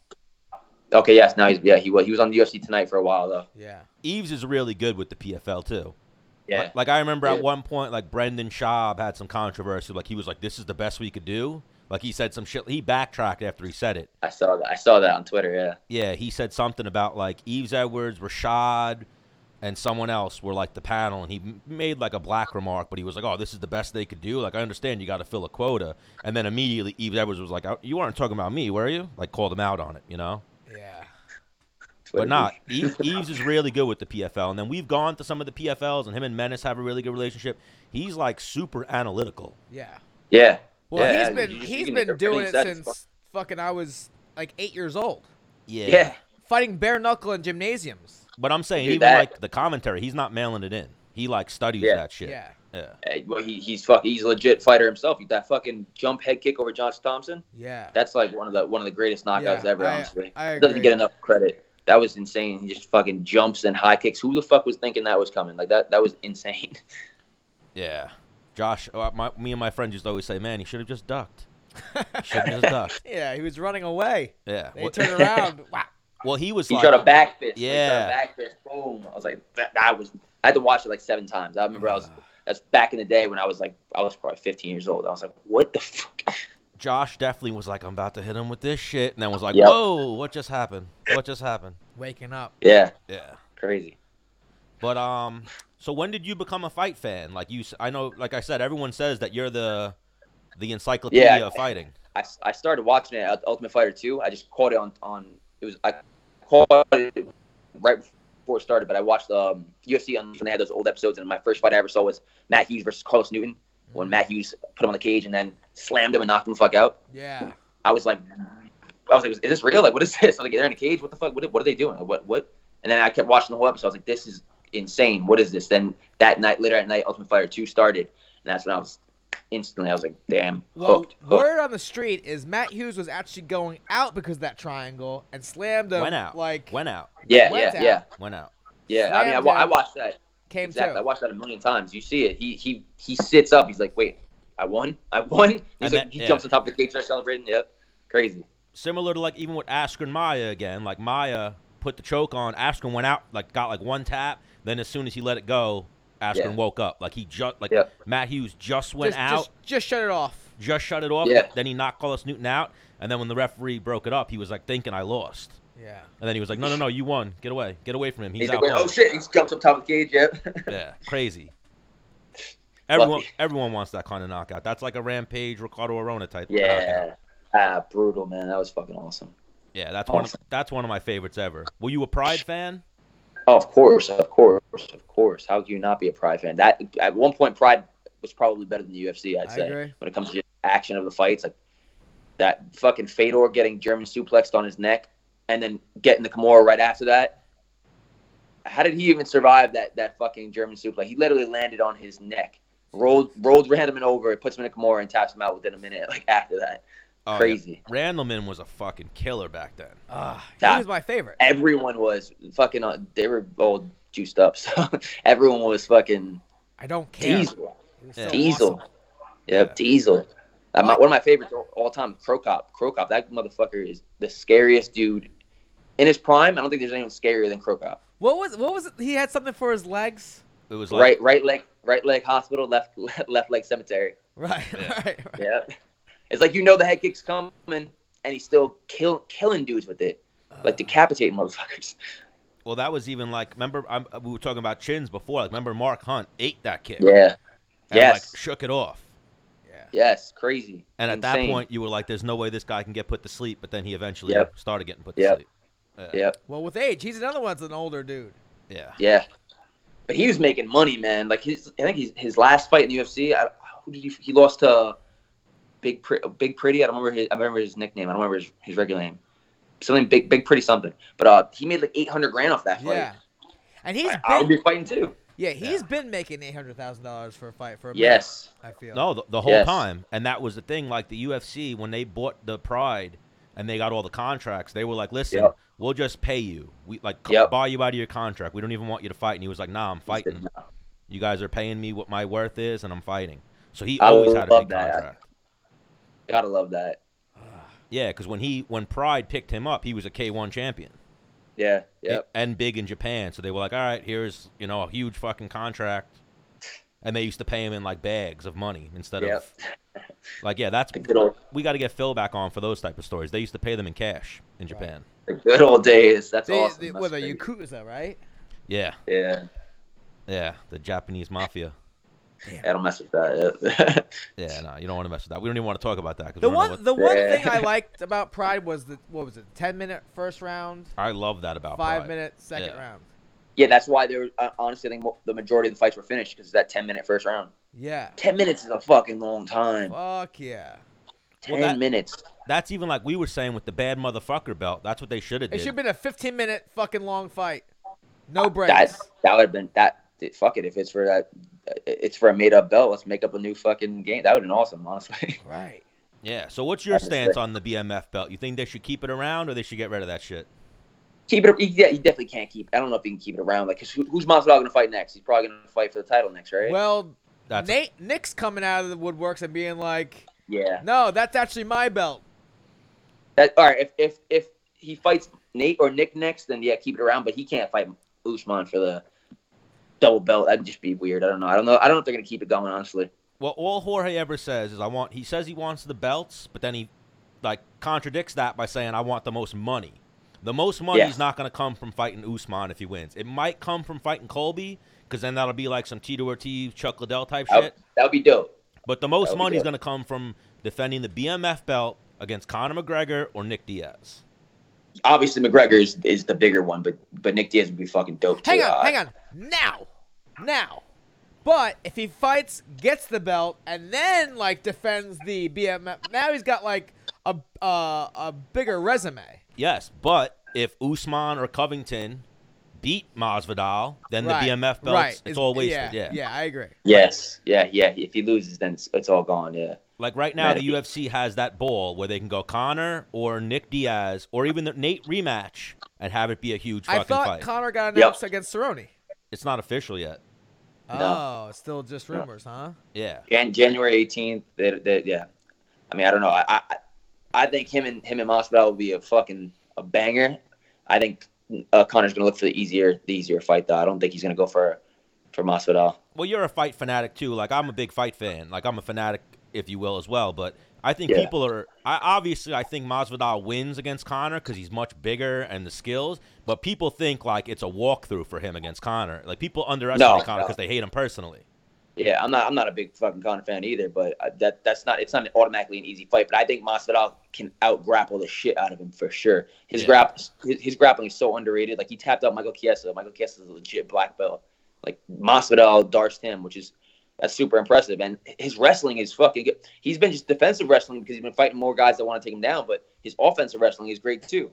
S1: okay, yes, now he's yeah he was he was on the UFC tonight for a while though.
S3: Yeah.
S2: Eves is really good with the PFL too.
S1: Yeah,
S2: Like, like, I remember at
S1: Yeah.
S2: one point, like Brendan Schaub had some controversy. Like he was like, "This is the best we could do." Like he said some shit. He backtracked after he said it.
S1: I saw that I saw that on Twitter. Yeah,
S2: Yeah, he said something about like Eves Edwards, Rashad, and someone else were like the panel, and he m- made like a black remark, but he was like, "Oh, this is the best they could do." Like I understand you got to fill a quota, and then immediately Eves Edwards was like, "Oh, "You weren't talking about me, were you?" Like called him out on it, you know.
S3: Yeah.
S1: Twitter
S2: But not Eves, Eves is really good with the PFL, and then we've gone to some of the PFLs, and him and Menace have a really good relationship. He's like super analytical.
S3: Yeah.
S1: Yeah.
S3: Well,
S1: Yeah,
S3: he's been
S1: you just- you
S3: he's
S1: can-
S3: been doing it
S1: everything's satisfied.
S3: since fucking I was like eight years old,
S2: Yeah.
S1: Yeah.
S3: fighting bare knuckle in gymnasiums.
S2: But I'm saying
S1: Do
S2: even
S1: that.
S2: like the commentary, he's not mailing it in. He like studies
S1: Yeah.
S2: that shit.
S3: Yeah.
S2: Yeah.
S1: Hey, Well, he, he's fuck, he's a legit fighter himself. That fucking jump head kick over Josh Thompson.
S3: Yeah.
S1: That's like one of the one of the greatest knockouts
S3: Yeah,
S1: ever.
S3: I-
S1: honestly,
S3: I
S1: It doesn't
S3: agree.
S1: get enough credit. That was insane. He just fucking jumps and high kicks. Who the fuck was thinking that was coming? Like that that was insane.
S2: Yeah. Josh, uh, my, me and my friends used to always say, man, he should have just ducked. should have just ducked.
S3: Yeah, he was running away.
S2: Yeah.
S3: They
S2: Well,
S3: turned around. Wow.
S2: well, he was
S1: He
S2: like,
S1: tried a back fist. he tried
S2: Yeah.
S1: a back fist. Boom. I was like that. That was. I had to watch it like seven times. I remember I was. That's back in the day when I was like I was probably 15 years old. I was like, what the fuck?
S2: Josh definitely was like, I'm about to hit him with this shit. And then was like,
S1: Yep.
S2: whoa, what just happened? What just happened?
S3: Waking up.
S1: Yeah,
S2: Yeah.
S1: crazy.
S2: But, um, so when did you become a fight fan? Like, you, s- I know, like I said, everyone says that you're the, the encyclopedia
S1: I-
S2: of fighting.
S1: I, I started watching it at Ultimate Fighter 2. I just caught it on, on it was I caught it right before it started, but I watched um, UFC Unleashed when they had those old episodes, and my first fight I ever saw was Matt Hughes versus Carlos Newton when Matt Hughes put him on the cage and then slammed him and knocked him the fuck out.
S3: Yeah.
S1: I was like, I was like, is this real? Like, what is this? I was like, they're in a cage. What the fuck? What, what are they doing? What what? And then I kept watching the whole episode. I was like, this is insane. What is this? Then that night, later at night, Ultimate Fighter 2 started, and that's when I was instantly I was like, damn,
S3: Well,
S1: hooked, hooked.
S3: word on the street is Matt Hughes was actually going out because of that triangle and slammed him.
S2: Went out.
S3: Like
S2: Went out.
S1: Yeah,
S3: Went
S1: yeah,
S3: out.
S1: yeah.
S2: Went out.
S1: Yeah, I mean, I, wa- I watched that
S3: came
S1: exactly. I
S3: to.
S1: watched that a million times. You see it. He he he sits up. He's like, wait, I won. I won. He's
S2: And
S1: like,
S2: that-
S1: he
S2: yeah.
S1: jumps on top of the cage, starts celebrating. Yep, crazy.
S2: similar to like even with Askren Maya again. Like Maya put the choke on. Askren went out, like got like one tap. Then as soon as he let it go, Askren
S1: Yeah.
S2: woke up. Like he just like
S1: Yeah.
S2: Matt Hughes just went
S3: just,
S2: out,
S3: Just, just shut it off.
S2: just, shut it off.
S1: Yeah.
S2: Then he knocked Carlos Newton out. And then when the referee broke it up, he was like thinking I lost.
S3: Yeah.
S2: And then he was like, No, no, no, you won. Get away. Get away from him. He's,
S1: He's, like,
S2: out.
S1: wait, oh
S2: cold."
S1: shit! He jumps on top of the cage. Yep.
S2: Yeah, crazy. Everyone,
S1: Lucky.
S2: everyone wants that kind of knockout. That's like a rampage Ricardo Arona type. knockout.
S1: yeah. Ah, brutal man. That was fucking awesome.
S2: yeah, that's one. Of, that's one of my favorites ever. Were you a Pride fan?
S1: Oh, of course, of course, of course. How could you not be a Pride fan? That at one point, Pride was probably better than the UFC. I'd
S3: I
S1: say
S3: agree.
S1: when it comes to just action of the fights, like that fucking Fedor getting German suplexed on his neck, and then getting the Kimura right after that. How did he even survive that that fucking German suplex? He literally landed on his neck, rolled rolled Randerman over, puts him in a Kimura, and taps him out within a minute. Like after that,
S2: Oh,
S1: Crazy.
S2: Yeah. Randleman was a fucking killer back then.
S3: Ah, he
S1: Nah.
S3: was my favorite.
S1: Everyone was fucking. Uh, they were all juiced up. So everyone was fucking
S3: I don't care.
S1: diesel.
S3: He was
S2: Yeah.
S3: so
S1: Diesel.
S3: awesome.
S1: Yep,
S2: Yeah.
S1: diesel. Uh, my, one of my favorites all, all time, Crocop. Crocop. That motherfucker is the scariest dude in his prime. I don't think there's anyone scarier than Crocop.
S3: What was what was it? he had something for his legs?
S2: It was like
S1: Right, right leg, right leg hospital, left, left, left leg cemetery.
S3: Right,
S2: Yeah.
S3: right, right.
S1: Yeah, it's like you know the head kick's coming, and he's still kill, killing dudes with it,
S2: Uh-huh.
S1: like decapitating motherfuckers.
S2: Well, that was even like remember I'm, uh, we were talking about chins before. Like remember Mark Hunt ate that kick.
S1: Yeah.
S2: And,
S1: Yes.
S2: Like, shook it off.
S3: Yeah.
S1: Yes. Crazy.
S2: And at that
S1: Insane.
S2: point, you were like, "There's no way this guy can get put to sleep." But then he eventually
S1: Yep.
S2: started getting put to
S1: Yep.
S2: sleep. Yeah.
S1: Yep.
S3: Well, with age, he's another one's an older dude.
S2: Yeah.
S1: Yeah. But he was making money, man. Like his, I think his, his last fight in the UFC, I, who did he? He lost to uh, Big Pre- Big Pretty. I don't remember. His, I remember his nickname. I don't remember his, his regular name. Something big, big pretty something. But uh, he made like eight hundred grand off
S2: Oh,
S1: that fight.
S3: Yeah. And he's
S1: I, I would
S3: been
S1: be fighting too.
S3: yeah he's
S2: Yeah.
S3: been making eight hundred thousand dollars for a fight for a minute,
S1: Yes.
S3: I feel
S2: No, the, the whole
S1: Yes.
S2: time. And that was the thing. Like the UFC, when they bought the Pride and they got all the contracts, they were like, "Listen,
S1: Yep.
S2: we'll just pay you. We like c-
S1: Yep.
S2: buy you out of your contract. We don't even want you to fight." And he was like, "Nah, I'm fighting. You guys are paying me what my worth is, and I'm fighting." So he
S1: I
S2: always had a
S1: love
S2: big
S1: that.
S2: contract.
S1: Gotta love that.
S2: Yeah, because when he when Pride picked him up, he was a K1 champion.
S1: Yeah. Yep.
S2: and big in Japan. So they were like, all right, here's you know a huge fucking contract, and they used to pay him in like bags of money instead
S1: Yep.
S2: of like yeah, that's
S1: The good old,
S2: we got to get Phil back on for those type of stories. They used to pay them in cash in Japan.
S1: the good old days. That's
S3: They,
S1: awesome.
S3: they,
S1: That's
S3: with a
S1: great.
S3: yakuza, right?
S2: Yeah,
S1: Yeah.
S2: yeah, the Japanese mafia.
S1: I don't mess with that.
S2: Yeah, no, you don't want to mess with that. We don't even want to talk about that because
S3: The one, the one
S1: Yeah.
S3: thing I liked about Pride was the what was it? Ten minute first round,
S2: I love that about
S3: five
S2: Pride.
S3: minute second
S2: Yeah.
S3: round.
S1: yeah, that's why there. Uh, honestly, I think mo- the majority of the fights were finished because that ten minute first round.
S3: Yeah.
S1: Ten minutes is a fucking long time.
S3: Fuck yeah.
S1: Ten
S2: Well, that-
S1: minutes.
S2: That's even like we were saying with the bad motherfucker belt. That's what they should have
S3: It should have
S2: did.
S3: been a fifteen minute fucking long fight. No breaks.
S1: That that would have been that. Fuck it. If it's for that, it's for a made up belt. Let's make up a new fucking game. That would have been awesome, honestly.
S3: right.
S2: Yeah. So what's your
S1: That's
S2: stance
S1: sick.
S2: on the BMF belt? You think they should keep it around or they should get rid of that shit?
S1: keep it. Yeah, you definitely can't keep. I don't know if you can keep it around. Like, 'cause who, who's Masvidal going to fight next? He's probably going to fight for the title next, right?
S3: Well,
S2: That's
S3: Nate Nick's coming out of the woodworks and being like,
S1: yeah.
S3: "No, that's actually my belt."
S1: That all right. If if if he fights Nate or Nick next, then yeah, keep it around. But he can't fight Usman for the double belt. That'd just be weird. I don't know. I don't know. I don't know if they're going to keep it going. Honestly.
S2: Well, all Jorge ever says is I want. He says he wants the belts, but then he like contradicts that by saying I want the most money. The most money
S1: Yeah.
S2: is not going to come from fighting Usman if he wins. It might come from fighting Colby, because then that'll be like some Tito Ortiz, Chuck Liddell type
S1: That,
S2: shit.
S1: would- that would be dope.
S2: But the most
S1: that'll be
S2: money is
S1: good.
S2: going to come from defending the BMF belt against Conor McGregor or Nick Diaz.
S1: Obviously, McGregor is, is the bigger one, but but Nick Diaz would be fucking dope.
S3: Hang
S1: too.
S3: on,
S1: Uh,
S3: hang on. Now, now. But if he fights, gets the belt, and then like defends the BMF, now he's got like a uh, a bigger resume.
S2: Yes, but if Usman or Covington beat Masvidal, then
S3: Right,
S2: the BMF belts
S3: right.
S2: it's, all wasted.
S3: Yeah, yeah, I agree.
S1: Yes. Yeah. Yeah. If he loses, then it's, it's all gone. Yeah.
S2: Like right now,
S1: Right.
S2: the UFC has that ball where they can go Connor or Nick Diaz or even the Nate rematch and have it be a huge fucking
S3: I thought
S2: fight.
S3: Connor got
S1: Yep.
S3: announced against Cerrone.
S2: it's not official yet.
S3: Oh, it's still just rumors, huh?
S2: Yeah,
S1: And January eighteenth. They, they, yeah. I mean, I don't know. I, I I think him and him and Masvidal will be a fucking a banger. I think uh, Connor's going to look for the easier the easier fight though. I don't think he's going to go for for Masvidal.
S2: well, you're a fight fanatic too. Like I'm a big fight fan. Like I'm a fanatic, if you will, as well. But I think
S1: Yeah.
S2: people are. I obviously I think Masvidal wins against Connor because he's much bigger and the skills. But people think like it's a walkthrough for him against Connor. Like people underestimate
S1: No,
S2: Connor
S1: no.
S2: because they hate him personally.
S1: Yeah, I'm not. I'm not a big fucking Connor fan either, but uh, that that's not. It's not automatically an easy fight. But I think Masvidal can out grapple the shit out of him for sure. His
S2: Yeah.
S1: grap, his, his grappling is so underrated. Like he tapped out Michael Chiesa. Michael Chiesa is a legit black belt. Like Masvidal darts him, which is that's super impressive. And his wrestling is fucking good. He's been just defensive wrestling because he's been fighting more guys that want to take him down. But his offensive wrestling is great too.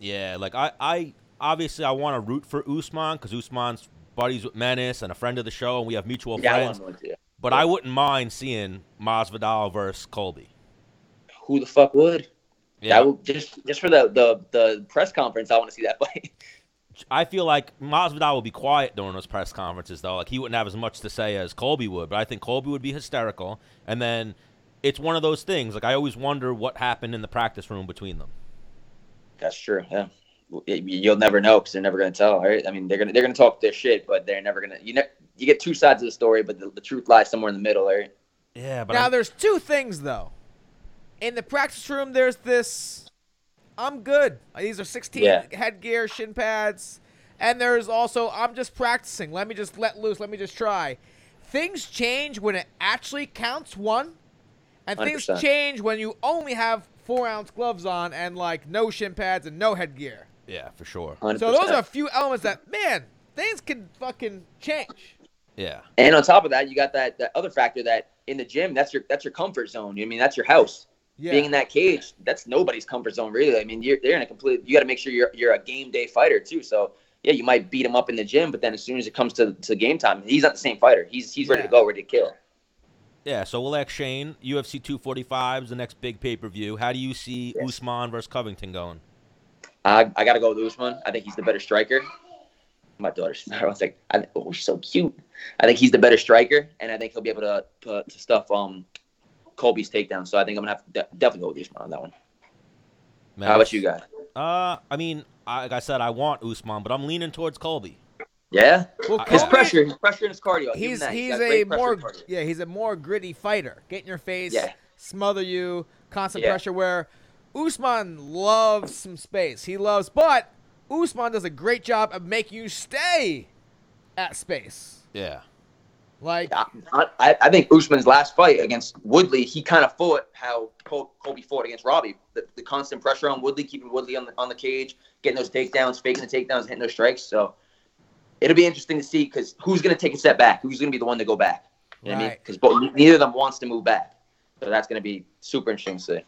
S2: Yeah, like I, I obviously I want to root for Usman because Usman's buddies with Menace and a friend of the show, and we have mutual
S1: yeah, I
S2: friends.
S1: want him to.
S2: But I wouldn't mind seeing Masvidal versus Colby.
S1: who the fuck would?
S2: Yeah.
S1: That would, just just for the, the the press conference, I want to see that fight.
S2: I feel like Masvidal would be quiet during those press conferences, though. Like he wouldn't have as much to say as Colby would, but I think Colby would be hysterical. And then it's one of those things. Like I always wonder what happened in the practice room between them.
S1: That's true. Yeah, It- you'll never know because they're never gonna tell. Right? I mean, they're gonna they're gonna talk their shit, but they're never gonna. You know, you get two sides of the story, but the, the truth lies somewhere in the middle. Right?
S2: Yeah, but
S3: now
S2: I'm-
S3: there's two things though. In the practice room, there's this. I'm good. These are 16
S1: Yeah.
S3: headgear, shin pads, and there's also I'm just practicing. Let me just let loose. Let me just try. Things change when it actually counts one, and things
S1: 100%.
S3: change when you only have four ounce gloves on and like no shin pads and no headgear.
S2: yeah, for sure.
S1: 100%.
S3: So those are a few elements that man things can fucking change.
S2: Yeah,
S1: And on top of that, you got that that other factor that in the gym, that's your that's your comfort zone. You know what I mean, that's your house.
S3: Yeah.
S1: Being in that cage, that's nobody's comfort zone, really. I mean, you're they're in a complete. You got to make sure you're you're a game day fighter too. So yeah, you might beat him up in the gym, but then as soon as it comes to to game time, he's not the same fighter. He's he's ready
S3: Yeah.
S1: to go, ready to kill.
S2: yeah. So we'll ask Shane. UFC 245 is the next big pay per view. How do you see
S1: Yes.
S2: Usman versus Covington going?
S1: I, I gotta go with Usman. I think he's the better striker. My daughter's I was like, I, oh, she's so cute. I think he's the better striker, and I think he'll be able to to, to stuff um Colby's takedown. So I think I'm gonna have to de- definitely go with Usman on that one.
S2: Man,
S1: How about you guys?
S2: Uh, I mean, I, like I said, I want Usman, but I'm leaning towards Colby.
S1: Yeah,
S3: Well,
S2: His
S1: his
S3: Colby-
S1: pressure, his pressure, and his cardio. I'll give him
S3: he's
S1: that.
S3: he's
S1: got great
S3: a
S1: pressure
S3: more
S1: and cardio.
S3: yeah he's a more gritty fighter. Get in your face,
S1: Yeah.
S3: smother you, constant
S1: Yeah.
S3: pressure. Where Usman loves some space. He loves, but Usman does a great job of making you stay at space.
S2: Yeah,
S3: Like
S1: I, I, I think Usman's last fight against Woodley, he kind of fought how Col- Colby fought against Robbie. The, the constant pressure on Woodley, keeping Woodley on the, on the cage, getting those takedowns, faking the takedowns, hitting those strikes. So it'll be interesting to see because who's going to take a step back? Who's going to be the one to go back? You know what I mean?
S3: Right.
S1: Because neither of them wants to move back. So that's going to be super interesting to see.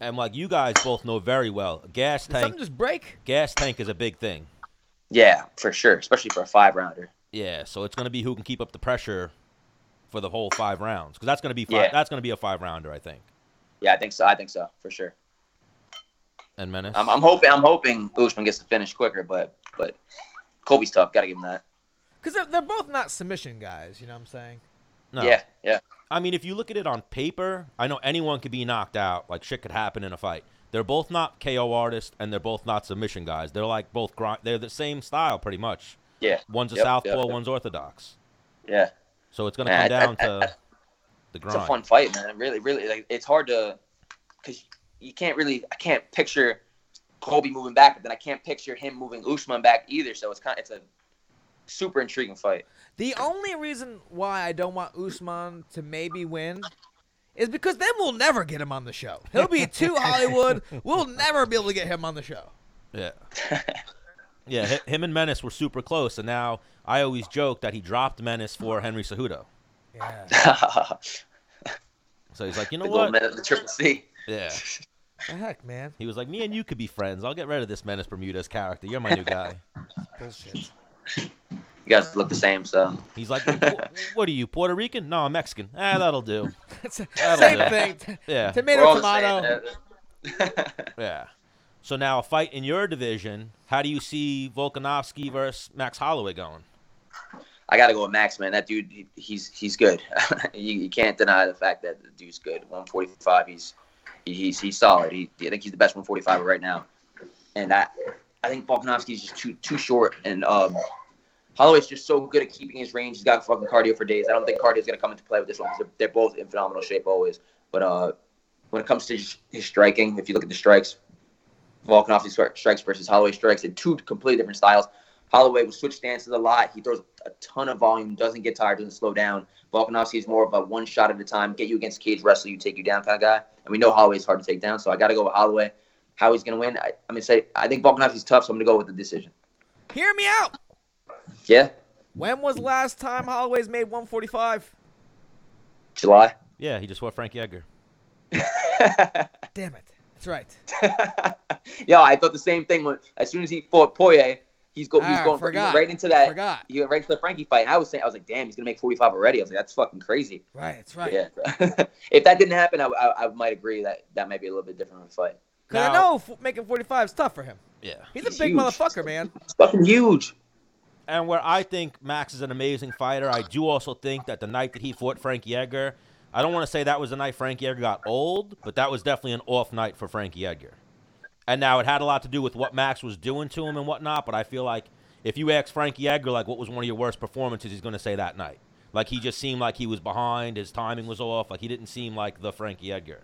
S2: and like you guys both know very well, gas
S3: did
S2: tank.
S3: something just break.
S2: Gas tank is a big thing.
S1: Yeah, for sure, especially for a five rounder.
S2: Yeah, so it's gonna be who can keep up the pressure for the whole five rounds because that's gonna be five,
S1: Yeah.
S2: that's gonna be a five rounder, I think.
S1: Yeah, I think so. I think so for sure.
S2: And menace.
S1: I'm, I'm hoping I'm hoping Usman gets to finish quicker, but but Colby's tough. Got to give him that.
S3: Because they're, they're both not submission guys, you know what I'm saying?
S2: no.
S1: Yeah, yeah.
S2: I mean, if you look at it on paper, I know anyone could be knocked out. Like shit could happen in a fight. They're both not KO artists and they're both not submission guys. They're like both grind. They're the same style pretty much.
S1: Yeah.
S2: One's a
S1: Yep,
S2: southpaw,
S1: yep, yep.
S2: one's orthodox.
S1: Yeah.
S2: So it's gonna
S1: Yeah,
S2: come
S1: I-
S2: down
S1: I- I-
S2: to the
S1: It's a
S2: grind.
S1: fun fight, man. It Really, really, like it's hard to, cause you can't really. I can't picture Colby moving back, but then I can't picture him moving Usman back either. So it's kind. Of, it's a super intriguing fight.
S3: The only reason why I don't want Usman to maybe win is because then we'll never get him on the show. He'll be too Hollywood. We'll never be able to get him on the show.
S2: Yeah. yeah, hi- him and Menace were super close, and now I always joke that he dropped Menace for Henry Cejudo.
S3: Yeah.
S1: the
S2: So he's like, you know
S1: gold
S2: what?
S1: medal, the triple C.
S2: Yeah.
S3: The heck, man.
S2: He was like, me and you could be friends. I'll get rid of this Menace Bermudez character. You're my new guy.
S3: Bullshit.
S1: You guys look the same, so
S2: He's like, "Wh- what are you, Puerto Rican? No, I'm Mexican. Ah, that'll do.
S3: It's the
S2: That'll
S3: same
S2: do.
S3: thing.
S2: Yeah.
S1: We're
S3: Tomato,
S1: all the same,
S3: tomato.
S1: man.
S2: Yeah. So now a fight in your division. How do you see Volkanovski versus Max Holloway going?
S1: I gotta go with Max, man. That dude, he, he's he's good. you, you can't deny the fact that the dude's good. 145, he's he's he's solid. He, I think he's the best 145 right now. And I I think Volkanovski's just too too short. And um, Holloway's just so good at keeping his range. He's got fucking cardio for days. I don't think cardio's gonna come into play with this one because they're, they're both in phenomenal shape always. But uh, when it comes to his, his striking, if you look at the strikes, Volkanovski stri- strikes versus Holloway strikes, they're two completely different styles. Holloway will switch stances a lot. He throws a ton of volume, doesn't get tired, doesn't slow down. Volkanovski is more of a one shot at a time, get you against cage, wrestle you, take you down kind of guy. And we know Holloway's hard to take down, so I got to go with Holloway. How he's going to win? I, I'm going to say I think Volkanovski's tough, so I'm going to go with the decision.
S3: Hear me out.
S1: Yeah,
S3: When was last time Holloway's made 145?
S1: July.
S2: Yeah, he just fought Frankie Edgar.
S3: Damn it. That's right.
S1: yeah, I thought the same thing when as soon as he fought Poirier. He's go, he's
S3: Ah,
S1: going
S3: forgot.
S1: right into that.
S3: Forgot.
S1: He went right to the Frankie fight. And I was saying, I was like, damn, he's gonna make 45 already. I was like, that's fucking crazy.
S3: Right, that's right.
S1: Yeah. if that didn't happen, I, I, I might agree that that might be a little bit different of a fight.
S3: Cause I
S2: Now-
S3: know f- making 45 is tough for him.
S2: Yeah.
S3: He's a
S1: He's
S3: big
S1: huge.
S3: motherfucker, man.
S1: It's fucking huge.
S2: And where I think Max is an amazing fighter, I do also think that the night that he fought Frank Edgar, I don't want to say that was the night Frank Edgar got old, but that was definitely an off night for Frankie Edgar. And now it had a lot to do with what Max was doing to him and whatnot, but I feel like if you ask Frankie Edgar, like, what was one of your worst performances, he's going to say that night. Like, he just seemed like he was behind, his timing was off, like, he didn't seem like the Frankie Edgar.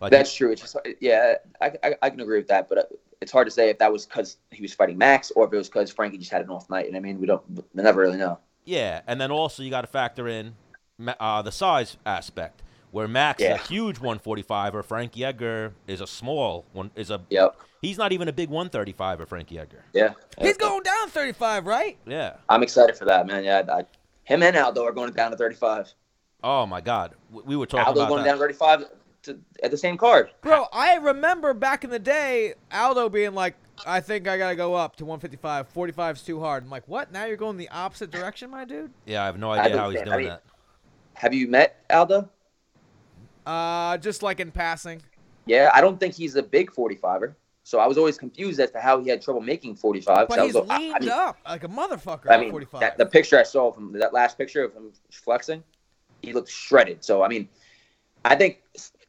S2: Like,
S1: That's true. It's just yeah, I, I, I can agree with that, but uh, it's hard to say if that was because he was fighting Max or if it was because Frankie just had an off night. And I mean, we don't, we never really know.
S2: Yeah, and then also you got to factor in ma- uh, the size aspect, where Max
S1: Yeah.
S2: is a huge 145, or Frankie Edgar is a small one. Is a
S1: Yep.
S2: he's not even a big 135, or Frankie Edgar.
S1: Yeah.
S3: He's going down 35, right?
S2: Yeah.
S1: I'm excited for that, man. Yeah, I, him and Aldo are going down to 35.
S2: Oh my God, we, we were talking
S1: Aldo
S2: about
S1: going
S2: that.
S1: down to 35 to, at the same card.
S3: Bro, I remember back in the day, Aldo being like, I think I gotta go up to 155. 45's too hard. I'm like, what? Now you're going the opposite direction, my dude?
S2: Yeah, I have no
S1: I
S2: idea
S1: don't
S2: how he's
S1: care.
S2: doing
S1: I mean-
S2: that.
S1: Have you met Aldo?
S3: Uh, just like in passing.
S1: Yeah, I don't think he's a big 45er. So I was always confused as to how he had trouble making 45.
S3: But
S1: So I
S3: he's
S1: was- I- I
S3: leaned
S1: mean-
S3: up like a motherfucker
S1: I
S3: at
S1: mean,
S3: 45.
S1: that, the picture I saw from that last picture of him flexing, he looked shredded. So I mean, I think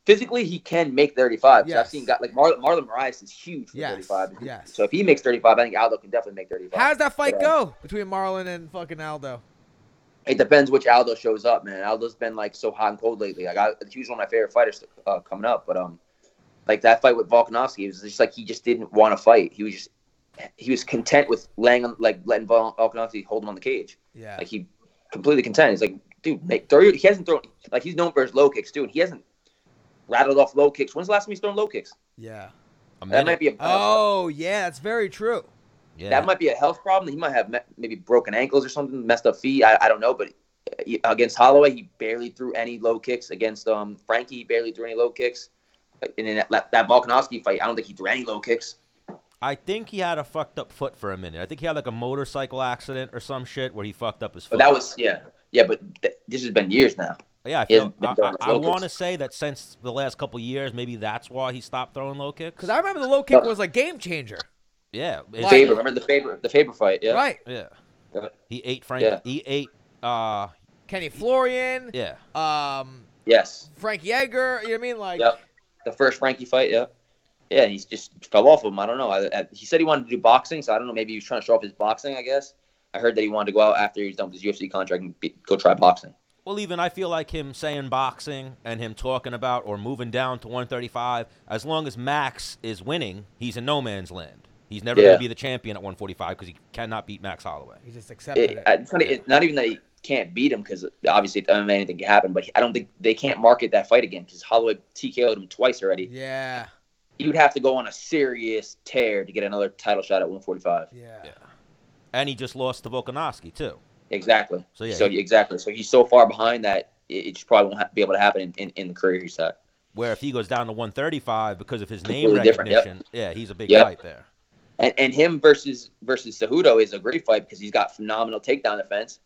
S1: physically he can make 35. 'cause I've
S3: Yes.
S1: seen guys like Marlon, Marlon Moraes is huge for
S3: Yes,
S1: 35.
S3: yes.
S1: So if he makes 35, I think Aldo can definitely make 35.
S3: How's that fight
S1: Yeah.
S3: go between Marlon and fucking Aldo?
S1: it depends which Aldo shows up, man. Aldo's been like so hot and cold lately. Like I, he was one of my favorite fighters uh, coming up, but um, like that fight with Volkanovski, it was just like he just didn't want to fight. He was just he was content with laying on like letting Vol- Volkanovski hold him on the cage.
S3: Yeah.
S1: Like he completely content. He's like, dude, make, throw your, he hasn't thrown like he's known for his low kicks too, and he hasn't rattled off low kicks. When's the last time he's thrown low kicks?
S3: yeah.
S2: A
S1: That might
S2: minute.
S1: be a uh,
S3: Oh, yeah, that's very true.
S2: yeah.
S1: that might be a health problem. He might have me- maybe broken ankles or something, messed up feet. I, I don't know, but he- against Holloway, he barely threw any low kicks. Against um Frankie, he barely threw any low kicks. And then that, that Volkanovski fight, I don't think he threw any low kicks.
S2: I think he had a fucked up foot for a minute. I think he had like a motorcycle accident or some shit where he fucked up his foot.
S1: But that was yeah, yeah. But th- this has been years now.
S2: yeah, I,
S1: he
S2: feel,
S1: hasn't been
S2: I,
S1: throwing low kicks.
S2: want to say that since the last couple years, maybe that's why he stopped throwing low kicks.
S3: Because I remember the low kick was a game changer.
S2: yeah, it's-
S3: Like-
S1: Faber, remember the Faber, the Faber fight? Yeah,
S3: Right.
S2: Yeah.
S1: Yeah.
S2: He ate Frank.
S1: Yeah.
S2: He ate. Uh,
S3: Kenny Florian,
S2: yeah.
S3: um,
S1: Yes.
S3: Frankie Edgar, you know what I mean? Like,
S1: Yep. The first Frankie fight. Yeah. Yeah, he's just fell off of him. I don't know. I, I, he said he wanted to do boxing, so I don't know. Maybe he was trying to show off his boxing. I guess. I heard that he wanted to go out after he was done with his UFC contract and be, go try boxing.
S2: Well, even I feel like him saying boxing and him talking about or moving down to 135. As long as Max is winning, he's in no man's land. He's never going
S1: Yeah.
S2: to be the champion at 145 because he cannot beat Max Holloway.
S3: he just accepted
S1: it,
S3: it.
S1: it's, not, it's not even that he can't beat him because obviously I mean, anything can happen, but I don't think they can't market that fight again because Holloway TKO'd him twice already.
S3: Yeah.
S1: He would have to go on a serious tear to get another title shot at 145.
S3: Yeah.
S2: Yeah. And he just lost to Volkanovski too.
S1: Exactly.
S2: So yeah,
S1: so
S2: he-
S1: exactly. So he's so far behind that it, it just probably won't ha- be able to happen in, in, in the career he's at.
S2: where if he goes down to 135 because of his name
S1: Completely different, yep.
S2: recognition, yeah, he's a big
S1: Yep.
S2: fight there.
S1: And, and him versus versus Cejudo is a great fight because he's got phenomenal takedown defense,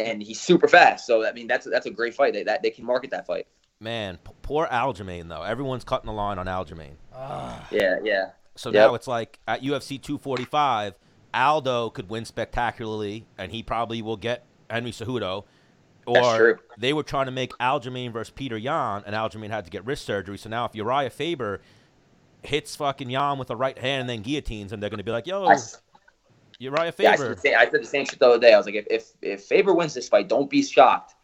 S1: and he's super fast. So I mean, that's that's a great fight. They, that they can market that fight.
S2: Man, p- poor Aljamain though. Everyone's cutting the line on Aljamain.
S3: Ah.
S1: Yeah, yeah.
S2: So
S1: Yep.
S2: now it's like at UFC 245, Aldo could win spectacularly, and he probably will get Henry Cejudo. Or
S1: That's true.
S2: they were trying to make Aljamain versus Peter Yan, and Aljamain had to get wrist surgery. So now if Uriah Faber hits fucking Yan with a right hand and then guillotines, and they're going to be like, yo,
S1: I s-
S2: Uriah
S1: Yeah, I said,
S2: oh, Faber.
S1: the same, I said the same shit the other day. I was like, if if, if Faber wins this fight, don't be shocked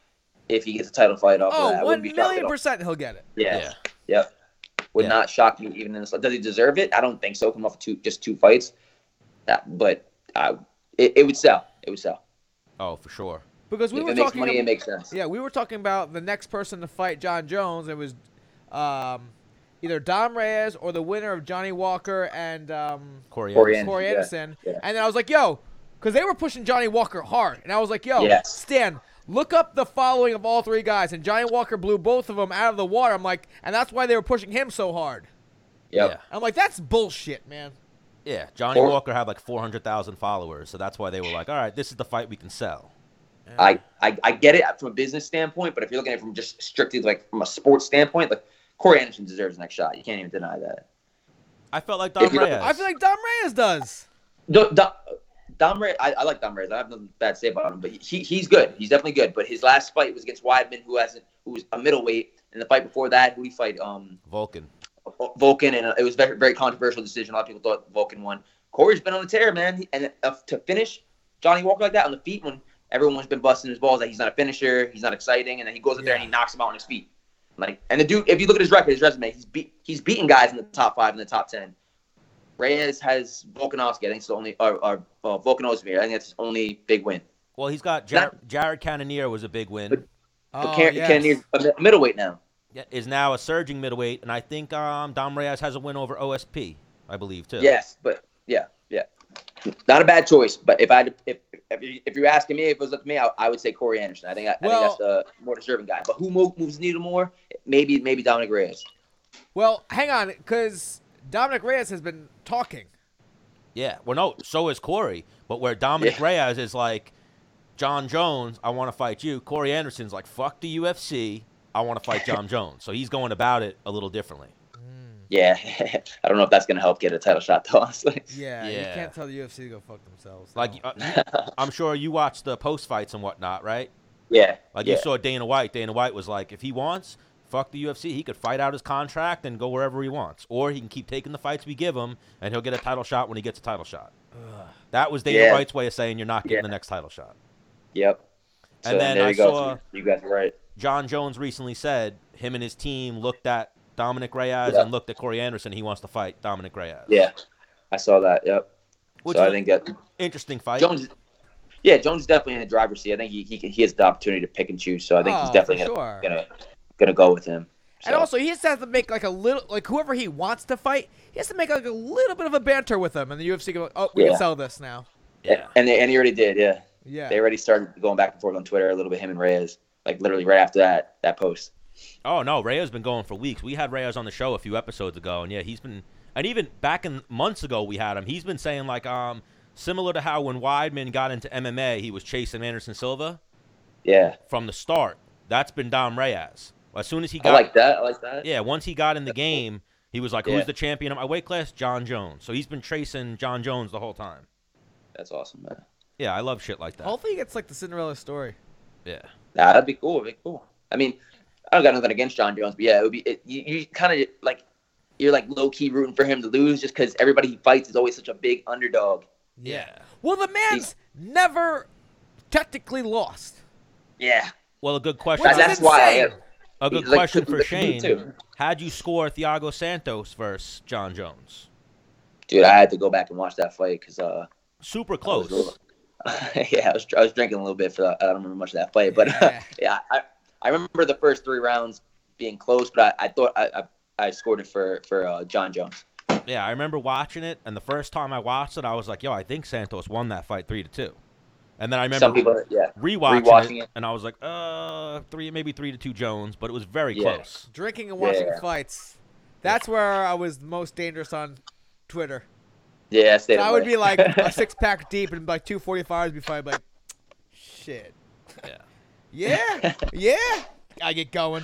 S1: if he gets a title fight off. of that. I wouldn't
S3: Oh, one
S1: be shocked at
S3: million
S1: all.
S3: percent he'll get it.
S1: Yeah,
S2: Yeah.
S1: yep. Would
S2: Yeah.
S1: not shock me even in this. Does he deserve it? I don't think so. Come off two just two fights, that, but I, it, it would sell. It would sell.
S2: Oh, for sure.
S3: Because we
S1: if
S3: were
S1: it makes
S3: talking
S1: money,
S3: ab-
S1: it makes sense.
S3: Yeah, we were talking about the next person to fight John Jones. It was um, either Dom Reyes or the winner of Johnny Walker and um,
S2: Corey
S1: Corey
S2: Anderson.
S3: Corey
S1: yeah,
S3: Anderson.
S1: yeah.
S3: And then I was like, yo, because they were pushing Johnny Walker hard. And I was like, yo,
S1: Yes.
S3: Stan, look up the following of all three guys. And Johnny Walker blew both of them out of the water. I'm like, and that's why they were pushing him so hard.
S1: Yep.
S2: Yeah.
S3: I'm like, that's bullshit, man.
S2: Yeah, Johnny
S1: Or-
S2: Walker had like 400,000 followers, so that's why they were like, all right, this is the fight we can sell.
S1: I, I I get it from a business standpoint, but if you're looking at it from just strictly like from a sports standpoint, like Corey Anderson deserves the next shot. You can't even deny that.
S2: I felt like Don
S1: If you-
S2: Reyes.
S3: I feel like Dom Reyes does.
S1: Do, Do, Dom Reyes, I, I like Dom Reyes. I have nothing bad to say about him, but he, he's good. He's definitely good. But his last fight was against Weidman, who hasn't, who was a middleweight, and the fight before that, who he fight? Um,
S2: Vulcan.
S1: Vulcan, and it was very, very controversial decision. A lot of people thought Vulcan won. Corey's been on the tear, man, He- and uh, to finish Johnny Walker like that on the feet when everyone's been busting his balls that he's not a finisher, he's not exciting, and then he goes up there and he knocks him out on his feet. Like, and the dude, if you look at his record, his resume, he's beat he's beaten guys in the top five, in the top ten. Reyes has Volkanovski. I think it's the only, or, or uh, Volkanovski. I think that's his only big win.
S2: Well, he's got Jar- Jared Cannonier was a big win.
S1: But
S3: Oh,
S1: Ken-
S3: yes.
S1: Kennedy's a mi- middleweight now.
S2: Yeah, Is now a surging middleweight, and I think um, Dom Reyes has a win over OSP, I believe too.
S1: Yes, but yeah, yeah, not a bad choice. But if I had to- if if, you, if you're asking me if it was up to me, I, I would say Corey Anderson. I think I, I
S3: Well-
S1: think that's the more deserving guy. But who mo- moves the needle more? Maybe maybe Dominic Reyes.
S3: Well, hang on, because Dominic Reyes has been talking.
S2: Yeah. Well, no, so is Corey. But where Dominic Reyes is like, John Jones, I want to fight you. Corey Anderson's like, fuck the UFC. I want to fight John Jones. So he's going about it a little differently. Hmm.
S1: Yeah, I don't know if that's gonna help get a title shot though. Honestly,
S3: Yeah, you
S2: Yeah.
S3: can't tell the UFC to go fuck themselves.
S2: Like,
S1: Oh.
S3: no.
S2: uh, I'm sure you watched the post fights and whatnot, right?
S1: yeah,
S2: Like
S1: yeah.
S2: you saw Dana White. Dana White was like, if he wants, fuck the UFC. He could fight out his contract and go wherever he wants, or he can keep taking the fights we give him, and he'll get a title shot when he gets a title shot. That was Dana
S1: Yeah.
S2: White's way of saying you're not getting
S1: Yeah.
S2: the next title shot.
S1: yep.
S2: And then
S1: there
S2: I
S1: you go.
S2: saw-
S1: you guys are right.
S2: John Jones recently said him and his team looked at Dominic Reyes
S1: Yeah.
S2: and looked at Corey Anderson. He wants to fight Dominic Reyes.
S1: Yeah, I saw that. Yep.
S2: which
S1: so
S2: is
S1: I
S2: an
S1: think that
S2: interesting fight.
S1: Jones. Yeah, Jones is definitely in the driver's seat. I think he he, can- he has the opportunity to pick and choose. So I think he's
S3: Oh,
S1: definitely
S3: for
S1: gonna,
S3: sure.
S1: gonna gonna go with him.
S3: And
S1: So-
S3: also, he just has to make like a little, like whoever he wants to fight, he has to make like a little bit of a banter with them, and the UFC go, "Oh, we
S1: Yeah.
S3: can sell this now."
S2: yeah,
S1: and they, and he already did. Yeah.
S3: Yeah.
S1: They already started going back and forth on Twitter a little bit, him and Reyes, like literally right after that that post.
S2: Oh no, Rayo's been going for weeks. We had Rayo's on the show a few episodes ago, and yeah, he's been. And even back in months ago, we had him. He's been saying like, um, similar to how when Weidman got into MMA, he was chasing Anderson Silva
S1: Yeah,
S2: from the start. That's been Dom Reyes. As soon as he
S1: I
S2: got,
S1: like that. I like that.
S2: yeah, once he got in the game, he was like,
S1: Yeah.
S2: who's the champion of my weight class? John Jones. So he's been tracing John Jones the whole time.
S1: That's awesome, man.
S2: Yeah, I love shit like that.
S3: Hopefully, he gets like the Cinderella story.
S2: Yeah.
S1: Nah, that'd be cool. That'd be cool. I mean, I don't got nothing against John Jones, but yeah, it would be. It, you you kind of like you're like low key rooting for him to lose just because everybody he fights is always such a big underdog.
S2: Yeah.
S3: Well, the man's never technically lost.
S1: Yeah,
S2: Well, a good
S3: Which
S2: question.
S1: That-
S3: is
S1: that's why I-
S3: insane.
S2: A good
S1: Like,
S2: question
S1: to-
S2: for
S1: to me,
S2: Shane.
S1: too.
S2: How'd you score Thiago Santos versus John Jones?
S1: dude, I had to go back and watch that fight because uh,
S2: Super
S1: I was
S2: close.
S1: a little- yeah, I was, I was drinking a little bit for that. I don't remember much of that fight, but uh, yeah, I, I remember the first three rounds being close, but I, I thought I, I I scored it for for uh, John Jones.
S2: Yeah, I remember watching it, and the first time I watched it, I was like, "Yo, I think Santos won that fight three to two. And then I remember
S1: Some people, yeah,
S2: rewatching,
S1: rewatching
S2: it,
S1: it.
S2: and I was like, "Uh, three, maybe three to two Jones," but it was very
S1: Yeah.
S2: close.
S3: Drinking and watching
S1: Yeah.
S3: fights. That's where I was most dangerous on Twitter.
S1: yeah, I stayed.
S3: So I would
S1: away.
S3: be like a six pack deep and like two forty fives before I'd be like, shit.
S2: Yeah.
S3: Yeah, yeah. I get going.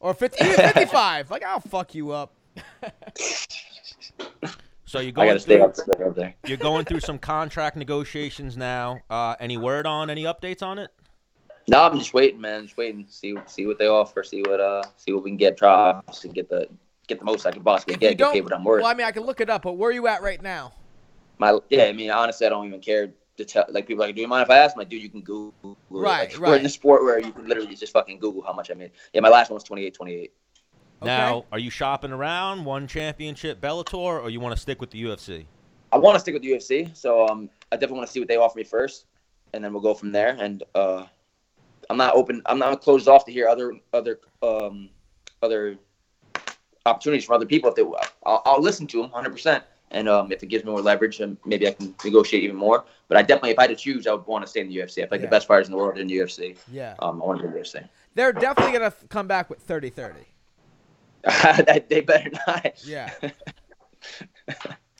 S3: Or 50, even 55. Like, I'll fuck you up.
S2: So
S1: I
S2: you're going
S1: gotta stay
S2: through,
S1: up stay up there.
S2: you're going through some contract negotiations now. Uh, any word on any updates on it?
S1: No, I'm just waiting, man. Just waiting. See see what they offer. See what uh see what we can get. Try obviously get the get the most I can possibly
S3: If you
S1: get. Get
S3: don't,
S1: paid what I'm worth.
S3: well, I mean, I can look it up, but where are you at right now?
S1: My yeah, I mean honestly, I don't even care to tell. Like people are like, do you mind if I ask? My dude, you can Google. it."
S3: Right,
S1: Like, We're
S3: right.
S1: in a sport where you can literally just fucking Google how much I made. Yeah, my last one was 28, 28.
S3: Okay.
S2: Now, are you shopping around one championship Bellator or you want to stick with the UFC?
S1: I want to stick with the UFC, so um, I definitely want to see what they offer me first, and then we'll go from there. And uh, I'm not open. I'm not closed off to hear other other um other opportunities from other people. If they, I'll, I'll listen to them 100. percent And um, if it gives me more leverage, and maybe I can negotiate even more. But I definitely, if I had to choose, I would want to stay in the UFC. I think
S3: Yeah.
S1: the best fighters in the world are in the UFC.
S3: Yeah.
S1: Um, I want to do this thing.
S3: They're definitely going to come back with 30 30.
S1: that, they better not.
S3: Yeah.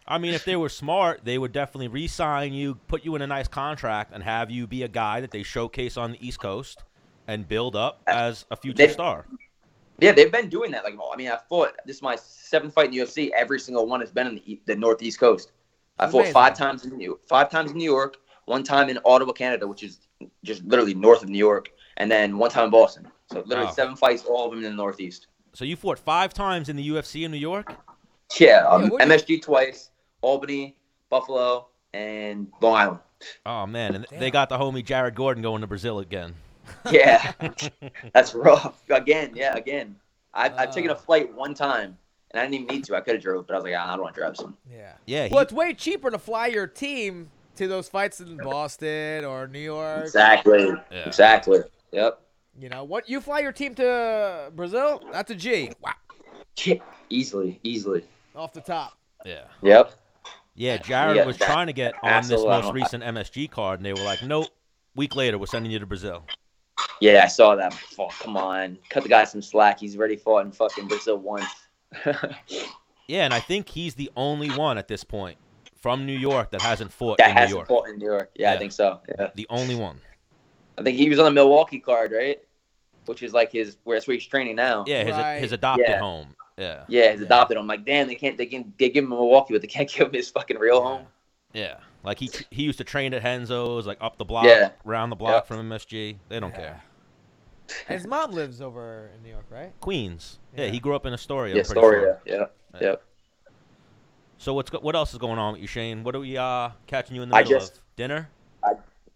S2: I mean, if they were smart, they would definitely re-sign you, put you in a nice contract, and have you be a guy that they showcase on the East Coast and build up as a future
S1: They-
S2: star.
S1: Yeah, they've been doing that. Like, I mean, I fought this is my seventh fight in the UFC. Every single one has been in the, E- the Northeast Coast. I fought
S3: Amazing.
S1: five times in New five times in New York, one time in Ottawa, Canada, which is just literally north of New York, and then one time in Boston. So literally
S2: Wow.
S1: seven fights, all of them in the Northeast.
S2: So you fought five times in the UFC in New York.
S1: Yeah, um,
S3: Yeah, what do you-
S1: MSG twice, Albany, Buffalo, and Long Island.
S2: Oh man, and they
S3: Damn.
S2: got the homie Jared Gordon going to Brazil again.
S1: Yeah, that's rough. Again, yeah, again. I've, I've taken
S3: Uh.
S1: a flight one time, and I didn't even need to. I could have drove, but I was like, "Ah, I don't want to drive some.
S3: Yeah.
S2: Yeah, he,
S3: Well, it's way cheaper to fly your team to those fights in Boston or New York.
S1: Exactly.
S2: Yeah.
S1: Exactly. Yep.
S3: You know what? You fly your team to Brazil? That's a G. Wow.
S1: Yeah, Easily, easily.
S3: Off the top.
S2: yeah,
S1: Yep.
S2: yeah. Jared
S1: Yeah,
S2: was
S1: that-
S2: trying to get on this
S1: Absolutely.
S2: most recent MSG card, and they were like, "Nope." Week later, we're sending you to Brazil.
S1: Yeah, I saw that. Fuck, come on. Cut the guy some slack. He's already fought in fucking Brazil once.
S2: Yeah, and I think he's the only one at this point from New York that hasn't fought
S1: that
S2: in New
S1: hasn't
S2: York.
S1: fought in New York. Yeah,
S2: Yeah.
S1: I think so. Yeah.
S2: The only one.
S1: I think he was on the Milwaukee card, right? Which is like his where that's where he's training now.
S2: Yeah, his
S3: Right.
S2: his adopted
S1: Yeah.
S2: home. Yeah,
S1: Yeah, he's
S3: Yeah.
S1: adopted. I'm like, damn, they can't. They can. They give him Milwaukee, but they can't give him his fucking real home.
S2: yeah. Like he he used to train at Henzo's, like up the block,
S1: Yeah.
S2: round the block
S1: Yep.
S2: from MSG. They don't
S3: Yeah.
S2: care.
S3: And his mom lives over in New York, right?
S2: Queens. Yeah.
S3: Yeah.
S2: he grew up in Astoria.
S1: Yeah,
S2: I'm pretty
S1: Astoria.
S2: sure.
S1: Yeah.
S2: So what's go- what else is going on with you, Shane? What are we uh catching you in the
S1: I
S2: middle
S1: just-
S2: of? Dinner?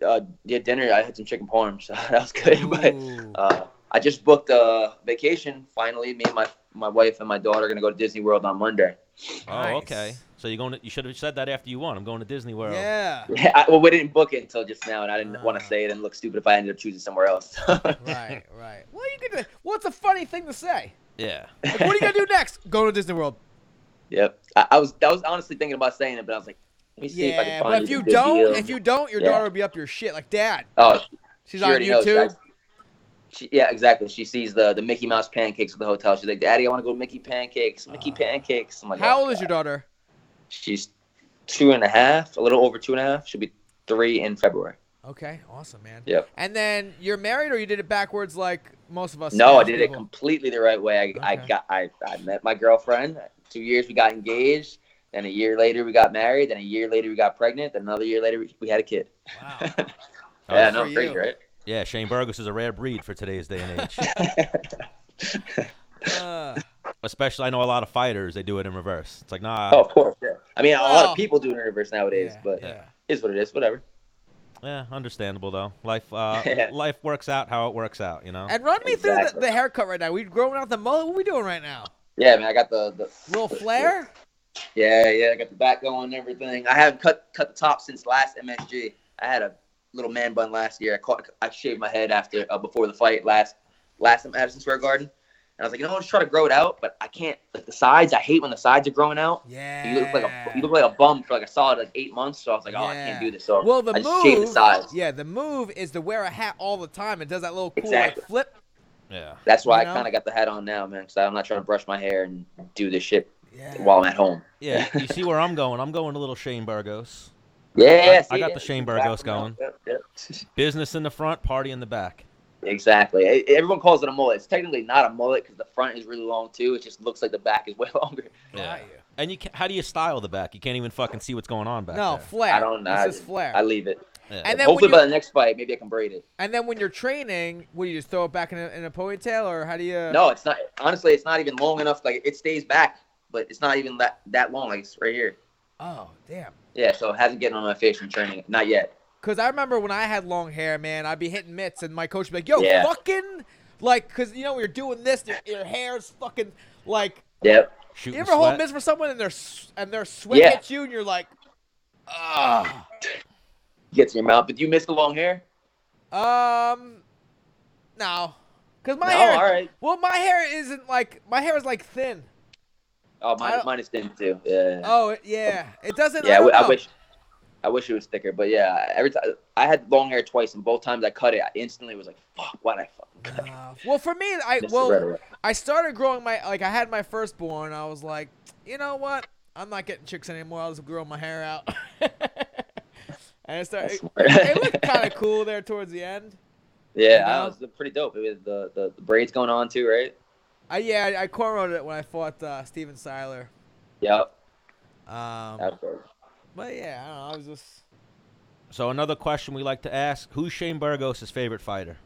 S1: Uh, yeah. Dinner. I had some chicken parm, so that was good. But
S3: Ooh.
S1: Uh, I just booked a vacation. Finally, me and my my wife and my daughter are gonna go to Disney World on Monday.
S2: Oh,
S3: Nice.
S2: okay. So you're going to you should have said that after you won. I'm going to Disney World.
S3: Yeah.
S1: Yeah, I, well, we didn't book it until just now, and I didn't want
S3: Ah.
S1: to say it and look stupid if I ended up choosing somewhere else.
S3: Right, right. Well, you could. What's a funny thing to say?
S2: Yeah.
S3: Like, what are you gonna do next? Go to Disney World.
S1: yep. I, I was I was honestly thinking about saying it, but I was like, let me see if I
S3: Yeah,
S1: can find
S3: but if
S1: a
S3: you
S1: good
S3: don't,
S1: deal.
S3: if you don't, your
S1: Yeah.
S3: daughter will be up your shit. Like, Dad,
S1: oh,
S3: she's
S1: she
S3: on
S1: already knows.
S3: YouTube.
S1: I- she, yeah, exactly. She sees the the Mickey Mouse pancakes at the hotel. She's like, Daddy, I want to go to Mickey pancakes. Mickey
S3: Ah.
S1: pancakes. I'm like,
S3: How
S1: "Oh,
S3: old is your daughter?
S1: She's two and a half, a little over two and a half. She'll be three in February.
S3: Okay, awesome, man.
S1: Yep.
S3: And then you're married, or you did it backwards, like most of us.
S1: No, I
S3: Spanish
S1: did it
S3: people?
S1: completely the right way. I, I
S3: Okay.
S1: got I, I met my girlfriend. Two years we got engaged. Then a year later we got married. Then a year later we got pregnant. Then another year later we, we had a kid.
S2: Oh,
S3: Wow.
S1: yeah,
S3: good
S1: no,
S3: for
S1: crazy,
S3: you.
S1: right?
S2: Yeah, Shane Burgos is a rare breed for today's day and age.
S3: Uh,
S2: Especially I know a lot of fighters they do it in reverse. It's like nah
S1: Oh, of course. Yeah. I mean, a lot
S3: Wow.
S1: of people do it in reverse nowadays,
S3: yeah,
S1: but
S3: yeah.
S1: it is what it is. Whatever.
S2: Yeah, understandable though. Life, uh,
S1: Yeah.
S2: life works out how it works out, you know.
S3: And run me through
S1: Exactly.
S3: the, the haircut right now. We growing out the mullet. What we doing right now?
S1: Yeah, man, I got the, the
S3: Little flare.
S1: Yeah, yeah, I got the back going and everything. I haven't cut cut the top since last MSG. I had a little man bun last year. I caught, I shaved my head after uh, before the fight last last in Madison Square Garden, and I was like, you know, let's try to grow it out, but I can't. Like the sides, I hate when the sides are growing out.
S3: Yeah.
S1: You look like a you look like a bum for like a solid like eight months. So I was like, oh, I can't do
S3: Yeah.
S1: this. So
S3: well, the
S1: I just shaved the
S3: move.
S1: sides.
S3: yeah, the move is to wear a hat all the time. It does that little cool
S1: Exactly.
S3: like, flip.
S2: yeah,
S1: That's why
S3: You know?
S1: I kind of got the hat on now, man, because I'm not trying to brush my hair and do this shit
S3: Yeah.
S1: while I'm at home.
S2: yeah. You see where I'm going? I'm going to little Shane Burgos.
S1: Yeah,
S2: I- I
S1: see,
S2: got
S1: yeah,
S2: the Shane
S1: back
S2: Burgos
S1: from-
S2: going.
S1: Yep, yep.
S2: Business in the front, party in the back.
S1: Exactly. E- Everyone calls it a mullet. It's technically not a mullet because the front is really long too. It just looks like the back is way longer.
S2: Yeah. And you, ca how do you style the back? You can't even fucking see what's going on back
S3: No, flare.
S1: I don't know.
S3: This is flare.
S1: I leave it.
S2: there. Yeah.
S3: And then when
S1: Hopefully
S3: you-
S1: by the next fight, maybe I can braid it.
S3: And then when you're training, what do you just throw it back in a, in a ponytail, or how do you?
S1: No, it's not. Honestly, it's not even long enough. Like it stays back, but it's not even that that long. Like it's right here.
S3: Oh damn.
S1: Yeah. So it hasn't getting on my face from training. Not yet.
S3: Cause I remember when I had long hair, man, I'd be hitting mitts, and my coach would be like, "Yo,
S1: Yeah.
S3: fucking like, cause you know when you're doing this, your, your hair's fucking like."
S1: Yep.
S2: Shooting
S3: You ever hold
S2: sweat.
S3: mitts for someone and they're s- and they're sweating
S1: Yeah.
S3: at you, and you're like, "Ah."
S1: Gets in your mouth. But you miss the long hair.
S3: Um, no, cause my
S1: no.
S3: hair.
S1: All right.
S3: Well, my hair isn't like my hair is like thin.
S1: Oh,
S3: I
S1: mine,
S3: don't-
S1: mine is thin too. Yeah.
S3: Oh it- yeah, it doesn't.
S1: yeah. I,
S3: I, don't
S1: w- I
S3: know.
S1: wish. I wish it was thicker, but yeah. Every time I had long hair twice, and both times I cut it, I instantly was like, "Fuck, why would I fucking cut it?"
S3: Uh, well, for me, I
S1: Missed it
S3: well,
S1: right away.
S3: I started growing my like I had my firstborn. I was like, you know what? I'm not getting chicks anymore. I'll just grow my hair out. and it started.
S1: That's
S3: It,
S1: smart.
S3: it looked kind of cool there towards the end.
S1: Yeah,
S3: You know?
S1: that was pretty dope. It was the, the, the braids going on too, right?
S3: I yeah, I, I cornrowed it when I fought uh, Steven Seiler.
S1: Yep.
S3: Um,
S1: That was dope.
S3: but yeah, I don't know. I was just
S2: So another question we like to ask: Who's Shane Burgos' favorite fighter?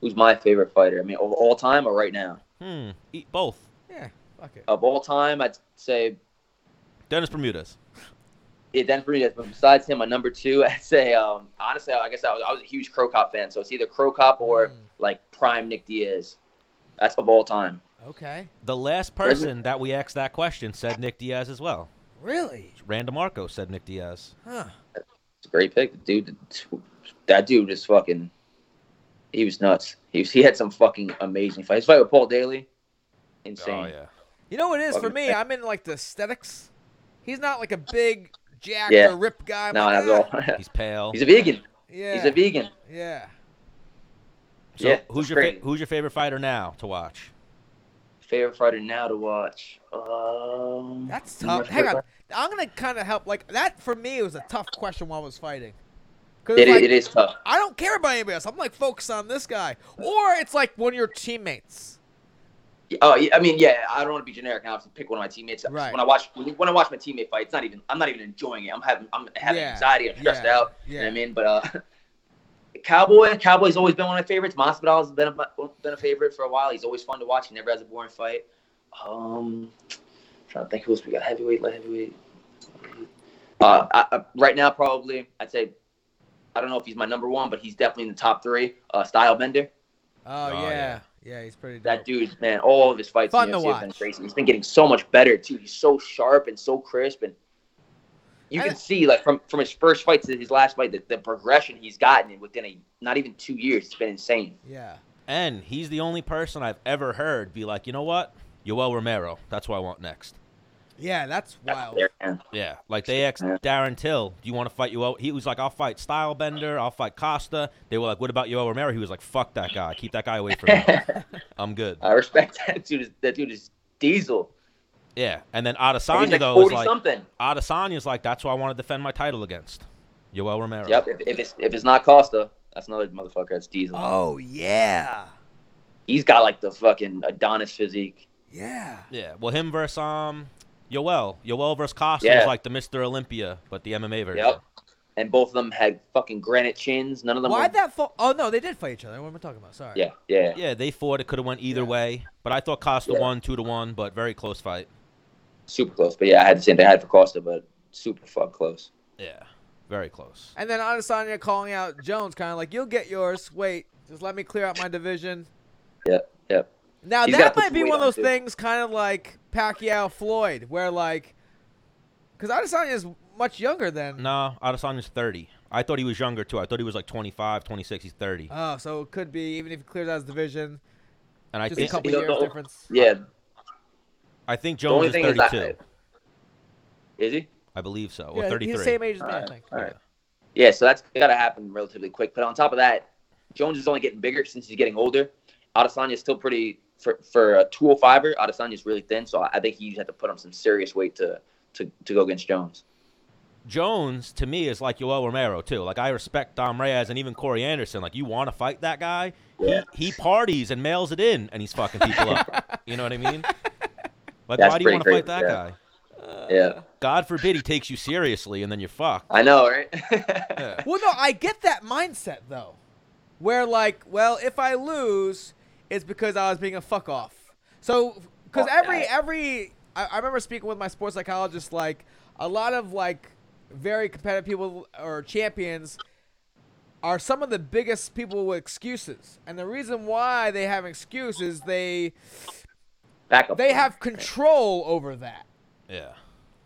S1: Who's my favorite fighter? I mean, of all time or right now?
S2: Hmm. Eat both.
S3: yeah, fuck it.
S1: Of all time, I'd say
S2: Dennis Bermudez.
S1: yeah, Dennis Bermudez. But besides him, my number two, I'd say um, honestly, I guess I was I was a huge Crow Cop fan, so it's either Crow Cop or
S2: Hmm.
S3: Mm,
S1: like prime Nick Diaz. That's of all time.
S3: okay,
S2: The last person that we asked that question said Nick Diaz as well.
S3: really?
S2: Randa Marco said Nick Diaz.
S3: Huh?
S1: It's a great pick, dude. That dude just fucking, he was nuts. He was, he had some fucking amazing fights. His fight with Paul Daly, insane.
S2: Oh yeah.
S3: You know what it is for
S1: Fucking
S3: me?
S1: sick.
S3: I'm in like the aesthetics. He's not like a big jack
S1: Yeah.
S3: or rip guy. I'm
S1: No,
S3: like,
S1: not at
S3: "Ah."
S1: all.
S2: He's pale.
S1: He's a vegan.
S3: Yeah.
S1: He's a vegan.
S3: Yeah.
S2: so
S1: yeah,
S2: who's
S1: it's
S2: your fa-
S1: crazy.
S2: who's your favorite fighter now to watch?
S1: Favorite fighter now to watch? Um,
S3: That's tough. Hang on. I'm gonna kind of help. Like that for me was a tough question while I was fighting. Cause
S1: It,
S3: like,
S1: it is tough.
S3: I don't care about anybody else. I'm like focused on this guy, or it's like one of your teammates.
S1: Oh, yeah, I mean, yeah. I don't want to be generic. and obviously pick one of my teammates.
S3: Right.
S1: When I watch when I watch my teammate fight, it's not even. I'm not even enjoying it. I'm having I'm having
S3: Yeah,
S1: anxiety. I'm stressed
S3: yeah,
S1: out.
S3: Yeah.
S1: You know what I mean? But uh, Cowboy, Cowboy's always been one of my favorites. Masvidal's been a, been a favorite for a while. He's always fun to watch. He never has a boring fight. Um, trying to think who else we got. Heavyweight, light heavyweight. Uh, I, I, right now, probably I'd say I don't know if he's my number one, but he's definitely in the top three. Uh, Style Bender,
S3: Oh,
S2: Oh,
S3: yeah. yeah.
S2: yeah.
S3: he's pretty. Dope.
S1: that dude, man, all of his fights
S3: Fun
S1: in
S3: to
S1: the UFC have been
S3: watch.
S1: crazy. He's been getting so much better too. He's so sharp and so crisp, and you
S3: And-
S1: can see like from from his first fight to his last fight, the, the progression he's gotten in within a not even two years. It's been insane.
S3: Yeah.
S2: And he's the only person I've ever heard be like, you know what, Yoel Romero. That's what I want next.
S3: Yeah, that's wild.
S1: There, man.
S2: Yeah, like they asked
S1: Yeah.
S2: Darren Till, "Do you want to fight Yoel?" He was like, "I'll fight Stylebender, I'll fight Costa." They were like, "What about Yoel Romero?" He was like, "Fuck that guy, keep that guy away from me. I'm good."
S1: I respect that dude. That dude is diesel.
S2: Yeah, and then
S1: And
S2: Adesanya
S1: he's like
S2: though is
S1: forty
S2: like,
S1: something.
S2: Adesanya's like, "That's who I want to defend my title against." Yoel Romero.
S1: Yep. If, if it's if it's not Costa, that's another motherfucker. That's diesel.
S3: Oh yeah.
S1: He's got like the fucking Adonis physique.
S3: Yeah.
S2: Yeah. Well, him versus um, Yoel. Yoel versus Costa
S1: Yeah.
S2: was like the Mister Olympia, but the MMA version.
S1: Yep. And both of them had fucking granite chins. None of them.
S3: Why
S1: were-
S3: that? Fo- oh no, they did fight each other. What am I talking about? Sorry.
S1: Yeah, yeah.
S2: Yeah, they fought. It could have went either
S3: Yeah.
S2: way, but I thought Costa
S1: Yeah.
S2: won two to one, but very close fight.
S1: Super close. But yeah, I had the same thing I had for Costa, but super fuck close.
S2: Yeah, very close.
S3: And then Adesanya calling out Jones, kind of like, "You'll get yours. Wait, just let me clear out my division."
S1: Yep, yep.
S3: Now
S1: He's
S3: that
S1: gotta put
S3: might
S1: the
S3: be
S1: weight
S3: one of
S1: on,
S3: those
S1: too.
S3: things, kind of like Pacquiao Floyd, where like, because Adesanya is much younger than.
S2: No, Adesanya's 30. I thought he was younger too. I thought he was like 25, 26. He's 30.
S3: Oh, so it could be even if he clears out his division,
S2: And I
S3: just a
S2: think
S3: couple
S1: you know,
S3: years
S1: the-
S3: difference.
S1: Yeah.
S2: I think
S1: the only
S2: Jones is
S1: thing is
S2: 32.
S1: that-
S2: I,
S1: Is he?
S2: believe so, or
S3: Yeah,
S2: 33.
S3: he's the same age as me, I
S1: Alright,
S3: think.
S1: alright. Yeah, so that's gotta happen relatively quick. But on top of that, Jones is only getting bigger since he's getting older. Adesanya's still pretty for for a 205er. Adesanya's really thin, so I I think he's had to put on some serious weight to to, to go against Jones.
S2: Jones to me is like Yoel Romero too. Like I respect Dom Reyes and even Corey Anderson. Like you want to fight that guy?
S1: Yeah.
S2: He, he parties and mails it in, and he's fucking people up. You know what I mean? Like
S1: That's
S2: why do you
S1: pretty
S2: want to fight
S1: crazy,
S2: that
S1: yeah.
S2: guy?
S1: Yeah,
S2: God forbid he takes you seriously, and then you're fucked.
S1: I know, right?
S2: Yeah.
S3: Well, no, I get that mindset though, where like, well, if I lose, it's because I was being a fuck off. So, because
S1: Fuck
S3: every
S1: that.
S3: every I, I remember speaking with my sports psychologist, like a lot of like very competitive people or champions are some of the biggest people with excuses, and the reason why they have excuses, they
S1: Back up.
S3: they have control over that
S2: Yeah.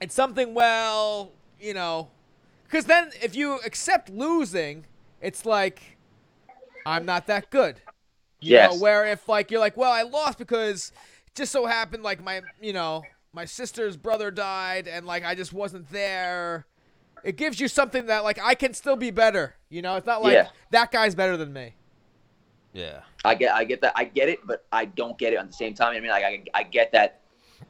S3: it's something well you know because then if you accept losing it's like i'm not that good you
S1: Yes.
S3: know where if like you're like well i lost because it just so happened like my you know my sister's brother died and like i just wasn't there it gives you something that like i can still be better you know it's not like
S1: Yeah.
S3: that guy's better than me
S2: Yeah.
S1: I get, I get that, I get it, but I don't get it at the same time. I mean, like, I, I get that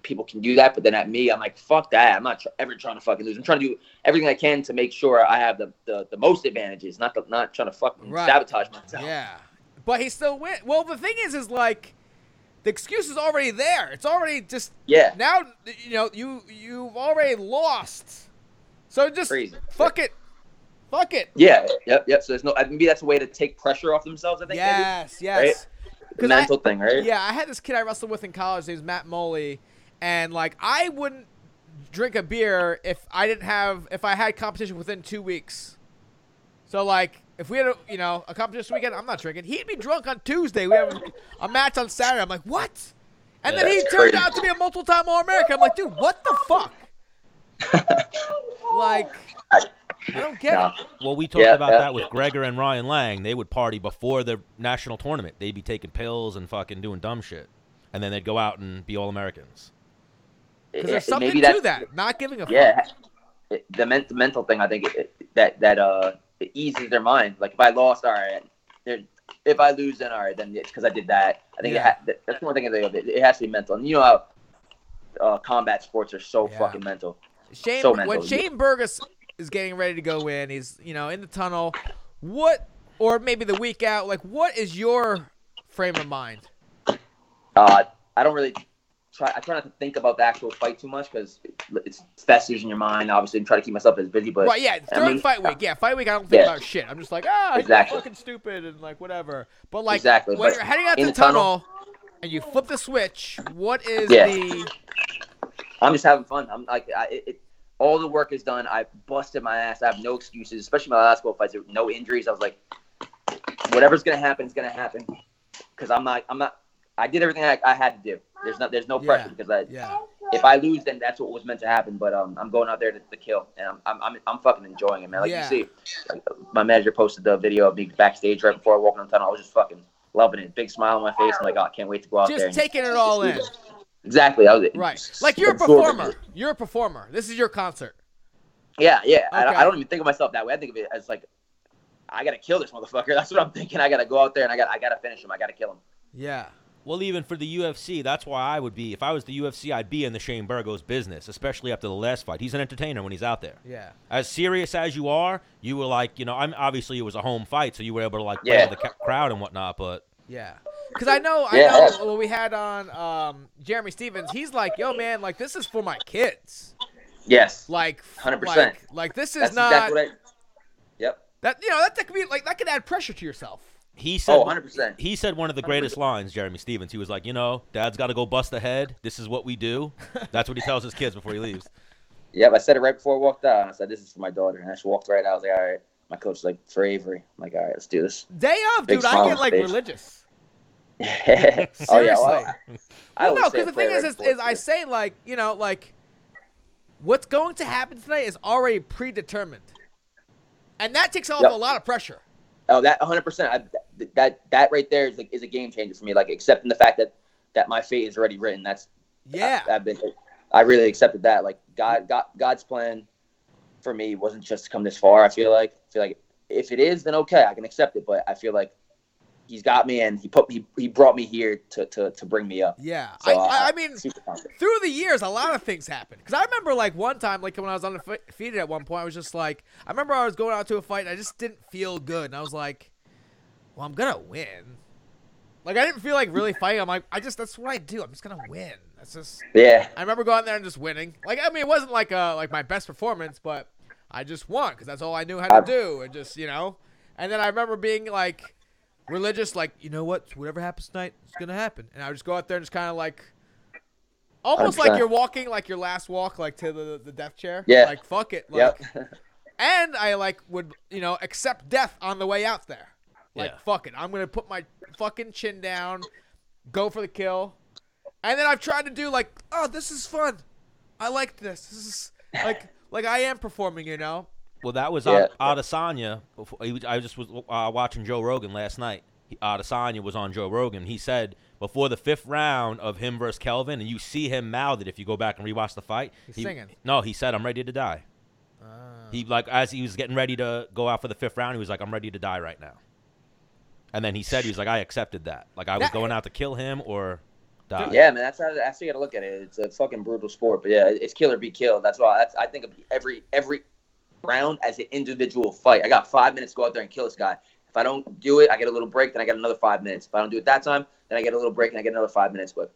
S1: people can do that. But then at me, I'm like, fuck that. I'm not tr- ever trying to fucking lose. I'm trying to do everything I can to make sure I have the, the, the most advantages, not the, not trying to fucking
S3: Right.
S1: sabotage myself.
S3: Yeah, but he still went. Well, the thing is, is like the excuse is already there. It's already just
S1: Yeah.
S3: now. You know, you you've already lost. So just
S1: Crazy.
S3: fuck it, fuck it.
S1: Yeah. Yep. Yep. So there's no. Maybe that's a way to take pressure off themselves. I think. maybe.
S3: Yes, yes.
S1: The
S3: 'Cause I-
S1: mental thing, right?
S3: Yeah, I had this kid I wrestled with in college. His name's Matt Moley, and like I wouldn't drink a beer if I didn't have if I had competition within two weeks. So like if we had a you know a competition weekend, I'm not drinking. He'd be drunk on Tuesday. We have a, a match on Saturday. I'm like, what? And then
S1: Yeah,
S3: he
S1: that's
S3: turned
S1: crazy.
S3: out to be a multiple time All American. I'm like, dude, what the fuck? like, I don't get
S1: Nah.
S3: it.
S2: Well, we talked
S1: Yeah,
S2: about
S1: yeah.
S2: that with Gregor and Ryan Lang. They would party before the national tournament. They'd be taking pills and fucking doing dumb shit, and then they'd go out and be all Americans.
S3: Because there's
S1: It- it-
S3: something
S1: maybe
S3: to
S1: that's-
S3: that. Not giving a fuck.
S1: Yeah. It- the, men- the mental thing, I think it, it- that that uh it eases their mind. Like if I lost, all right. there- If I lose, then all right, then it's because I did that. I think it
S3: Yeah.
S1: ha- that- that's the one thing I think of. It, it has to be mental. And you know how uh, combat sports are so
S3: Yeah.
S1: fucking mental.
S3: Shane,
S1: So
S3: when
S1: mental.
S3: Shane Burgess is getting ready to go in, he's you know in the tunnel. What, or maybe the week out, like what is your frame of mind?
S1: Uh, I don't really try. I try not to think about the actual fight too much because it, it's festers in your mind. Obviously, and try to keep myself as busy. But
S3: right, yeah,
S1: I
S3: during
S1: mean-
S3: fight week, yeah, fight week, I don't think
S1: Yeah.
S3: about shit. I'm just like, ah, you're
S1: Exactly.
S3: fucking stupid and like whatever. But like
S1: Exactly,
S3: when
S1: but
S3: you're heading out
S1: in
S3: the
S1: the tunnel-
S3: tunnel, and you flip the switch, what is
S1: Yeah.
S3: the
S1: I'm just having fun. I'm like, I, it, it, all the work is done. I busted my ass. I have no excuses, especially my last couple fights. There were no injuries. I was like, whatever's gonna happen is gonna happen. Because I'm not, I'm not. I did everything I, I had to do. There's not, there's no
S3: Yeah.
S1: pressure because I,
S3: yeah?
S1: if I lose, then that's what was meant to happen. But um, I'm going out there to, to kill, and I'm, I'm, I'm, I'm fucking enjoying it, man. Like
S3: Yeah.
S1: you see, like, my manager posted the video of me backstage right before I walked on the tunnel. I was just fucking loving it. Big smile on my face. I'm like, oh, I can't wait to go out there.
S3: Just
S1: and
S3: taking it all in,
S1: Exactly. I was,
S3: right? Like you're a
S1: absorbing it.
S3: performer. You're a performer. This is your concert.
S1: Yeah, yeah. I,
S3: Okay.
S1: I don't even think of myself that way. I think of it as like, I gotta kill this motherfucker. That's what I'm thinking. I gotta go out there and I got I gotta finish him. I gotta kill him.
S3: Yeah,
S2: Well, even for the UFC, that's why I would be. If I was the UFC, I'd be in the Shane Burgos business, especially after the last fight. He's an entertainer when he's out there.
S3: yeah,
S2: As serious as you are, you were like, you know, I'm obviously it was a home fight, so you were able to like play
S1: Yeah.
S2: with the ca- crowd and whatnot. But
S3: Yeah. Cause I know, I
S1: Yeah.
S3: know what we had on um, Jeremy Stevens. He's like, yo, man, like this is for my kids.
S1: Yes,
S3: Like,
S1: 100%.
S3: Like, like this is
S1: that's
S3: not
S1: exactly what I. Yep.
S3: that. You know, that, that could be like that could add pressure to yourself.
S2: he said,
S1: Oh, 100 percent.
S2: he said one of the greatest lines, Jeremy Stevens. He was like, you know, Dad's got to go bust ahead. This is what we do. That's what he tells his kids before he leaves.
S1: Yep. I said it right before I walked out. I said this is for my daughter, and I just walked right out. I was like, all right. My coach was like, for Avery. I'm like, all right, let's do this.
S3: Day of,
S1: Big
S3: dude, I
S1: smile
S3: get
S1: on
S3: like
S1: face.
S3: religious.
S1: oh yeah.
S3: Seriously.
S1: I, I
S3: well,
S1: always
S3: no,
S1: say
S3: because
S1: it
S3: the
S1: for
S3: thing is,
S1: Avery
S3: is,
S1: before
S3: is I
S1: it's-
S3: say like, you know, like what's going to happen tonight is already predetermined, and that takes off
S1: Yep.
S3: a lot of pressure.
S1: Oh, that 100. percent That that right there is like is a game changer for me. Like accepting the fact that that my fate is already written. That's
S3: Yeah.
S1: I, have been. I really accepted that. Like God, God, God's plan for me wasn't just to come this far. I feel like, I feel like if it is, then okay, I can accept it. But I feel like He's got me, and He put he, he brought me here to to, to bring me up.
S3: yeah.
S1: So
S3: I, I, I mean,
S1: super confident.
S3: through the years, a lot of things happened. Because I remember, like, one time, like, when I was undefeated at one point, I was just like, I remember I was going out to a fight and I just didn't feel good. And I was like, well, I'm going to win. Like, I didn't feel like really fighting. I'm like, I just, that's what I do. I'm just going to win. That's just,
S1: Yeah,
S3: I remember going there and just winning. Like, I mean, it wasn't like, uh, like my best performance, but I just won because that's all I knew how to
S1: I've-
S3: do. And just, you know, and then I remember being like, religious, like, you know what? Whatever happens tonight, it's going to happen. And I would just go out there and just kind of like, almost like
S1: 100%.
S3: you're walking like your last walk, like to the, the death chair.
S1: Yeah.
S3: Like, fuck it. Like,
S1: yep.
S3: And I like would, you know, accept death on the way out there. Like,
S2: Yeah.
S3: fuck it. I'm going to put my fucking chin down, go for the kill. And then I've tried to do like, oh, this is fun. I like this. This is like, like I am performing, you know?
S2: Well, that was
S1: Yeah.
S2: Ad- Adesanya. Before, he, was- I just was uh, watching Joe Rogan last night. He, Adesanya was on Joe Rogan. He said before the fifth round of him versus Kelvin, and you see him mouth it if you go back and rewatch the fight.
S3: He's
S2: he,
S3: singing. Oh.
S2: No, he said, "I'm ready to die." He like as he was getting ready to go out for the fifth round, he was like, "I'm ready to die right now." And then he said, "He was like, I accepted that. Like I was
S3: That-
S2: going out to kill him, or die.
S1: Yeah, man, that's how that's how you gotta look at it. It's a fucking brutal sport, but yeah, it's kill or be killed. That's why that's I think of every every round as an individual fight. I got five minutes to go out there and kill this guy. If I don't do it, I get a little break, then I get another five minutes. If I don't do it that time, then I get a little break and I get another five minutes. But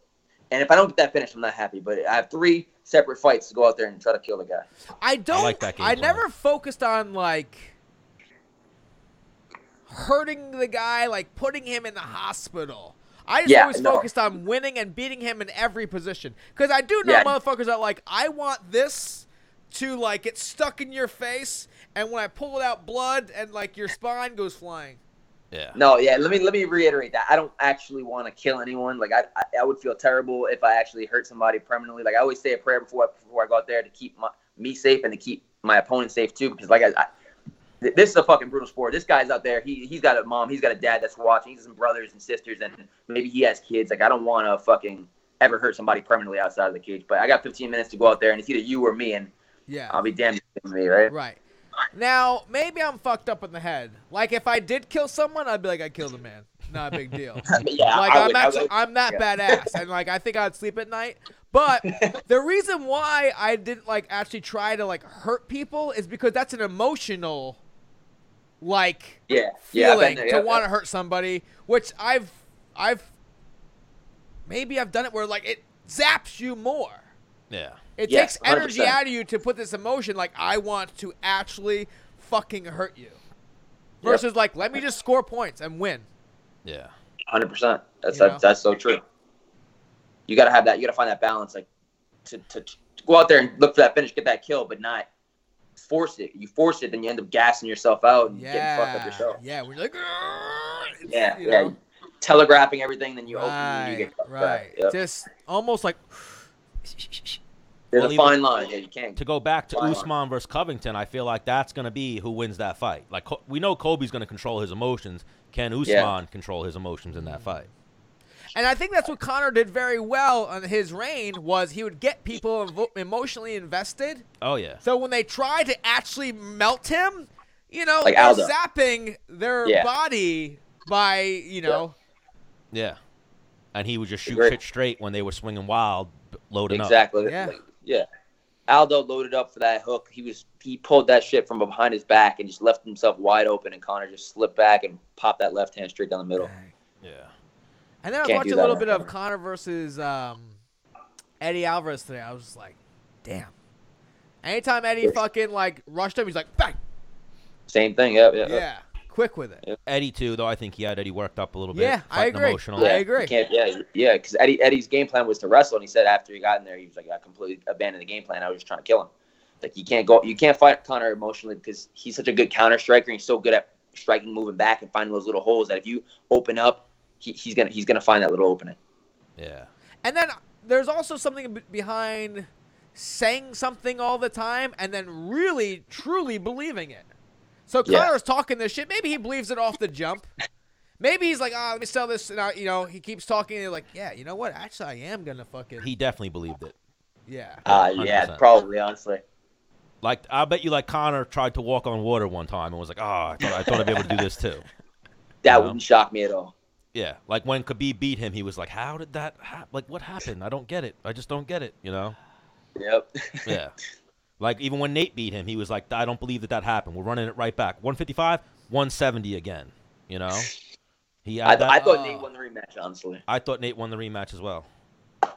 S1: and if I don't get that finish, I'm not happy. But I have three separate fights to go out there and try to kill the guy.
S3: I don't. I,
S2: like that game plan.
S3: never focused on like hurting the guy, like putting him in the hospital. I just
S1: Yeah,
S3: always
S1: no.
S3: focused on winning and beating him in every position because I do know
S1: Yeah.
S3: motherfuckers that like I want this to like get stuck in your face, and when I pull it out, blood and like your spine goes flying.
S2: Yeah.
S1: No, yeah. Let me let me reiterate that. I don't actually want to kill anyone. Like I, I, I would feel terrible if I actually hurt somebody permanently. Like I always say a prayer before I, before I go out there to keep my me safe and to keep my opponent safe too. Because like I, I th- this is a fucking brutal sport. This guy's out there. He he's got a mom. He's got a dad that's watching. He's got some brothers and sisters, and maybe he has kids. Like I don't want to fucking ever hurt somebody permanently outside of the cage. But I got 15 minutes to go out there, and it's either you or me, and
S3: Yeah.
S1: I'll be damned if it's me, right?
S3: Right. Now, maybe I'm fucked up in the head. Like, if I did kill someone, I'd be like, I killed a man. Not a big deal.
S1: Yeah.
S3: like,
S1: I
S3: I'm
S1: would- I would-
S3: actually, I'm that
S1: yeah.
S3: badass. And, like, I think I'd sleep at night. But the reason why I didn't, like, actually try to, like, hurt people is because that's an emotional, like,
S1: yeah, yeah. I've been
S3: feeling
S1: there,
S3: to
S1: yeah,
S3: want to hurt somebody, which I've, I've, maybe I've done it where, like, it zaps you more.
S2: Yeah.
S3: It
S1: Yeah,
S3: takes energy
S1: 100%.
S3: out of you to put this emotion like I want to actually fucking hurt you. Versus like let me just score points and win.
S2: Yeah.
S1: Hundred percent. That's
S3: You know?
S1: that's that's so true. You gotta have that. You gotta find that balance, like to, to to go out there and look for that finish, get that kill, but not force it. You force it, then you end up gassing yourself out and getting fucked up
S3: Yeah.
S1: yourself.
S3: Yeah, we're like "Grrr," it's-
S1: Yeah,
S3: you
S1: yeah.
S3: know?
S1: Telegraphing everything, then you open, and you
S3: Right,
S1: get fucked
S3: right.
S1: Up. Yep.
S3: Just almost like
S1: There's
S2: Well,
S1: a
S2: even-
S1: fine line. Yeah, you can't.
S2: To go back to
S1: Wow.
S2: Usman versus Covington, I feel like that's going to be who wins that fight. Like Co- we know Kobe's going to control his emotions. Can Usman control his emotions in that fight?
S3: and I think that's what Connor did very well on his reign was he would get people evo- emotionally invested.
S2: Oh yeah.
S3: So when they try to actually melt him, you know,
S1: Like
S3: they're
S1: Aldo.
S3: zapping their
S1: Yeah.
S3: body by, you know,
S2: Yeah. And he would just shoot
S1: Agree.
S2: shit straight when they were swinging wild, b- loading up.
S1: Exactly.
S3: Yeah.
S1: Yeah. yeah. Aldo loaded up for that hook. He was he pulled that shit from behind his back and just left himself wide open. And Connor just slipped back and popped that left hand straight down the middle.
S2: Yeah.
S3: And then I was
S1: Can't
S3: watching
S1: do
S3: a
S1: that
S3: little
S1: on
S3: bit of
S1: camera.
S3: Connor versus um, Eddie Alvarez today. I was just like, damn. Anytime Eddie fucking like rushed him, he's like, bang.
S1: Same thing. Yeah. Yeah. yeah.
S3: Yeah, quick with it.
S1: Yeah.
S2: Eddie too, though I think he had Eddie worked up a little bit.
S3: Yeah, I
S2: fighting
S3: agree.
S2: Emotional.
S3: I
S1: Yeah,
S3: agree.
S1: you Can't, yeah, yeah, because Eddie Eddie's game plan was to wrestle, and he said after he got in there, he was like, I completely abandoned the game plan. I was just trying to kill him. Like you can't go, you can't fight Connor emotionally because he's such a good counter striker. He's so good at striking, moving back, and finding those little holes that if you open up, he, he's gonna he's gonna find that little opening.
S2: Yeah.
S3: And then there's also something b- behind saying something all the time and then really, truly believing it. So
S1: Yeah.
S3: Connor's talking this shit. Maybe he believes it off the jump. Maybe he's like, ah, let me sell this. And I, you know, he keeps talking. And you're like, yeah, you know what? Actually, I am gonna fucking
S2: He definitely believed it.
S3: yeah.
S1: Uh, yeah,
S2: 100%.
S1: probably honestly.
S2: Like I bet you, like Connor tried to walk on water one time and was like, "Oh, I thought, I thought I'd be able to do this too."
S1: That
S2: No.
S1: wouldn't shock me at all.
S2: Yeah, like when Khabib beat him, he was like, "How did that? hap like, what happened? I don't get it. I just don't get it." You know?
S1: Yep.
S2: Yeah. like even when Nate beat him, he was like, "I don't believe that that happened. We're running it right back. 155, 170 again." You know? He.
S1: I,
S2: had that-
S1: I thought
S3: Oh.
S1: Nate won the rematch. Honestly,
S2: I thought Nate won the rematch as well. I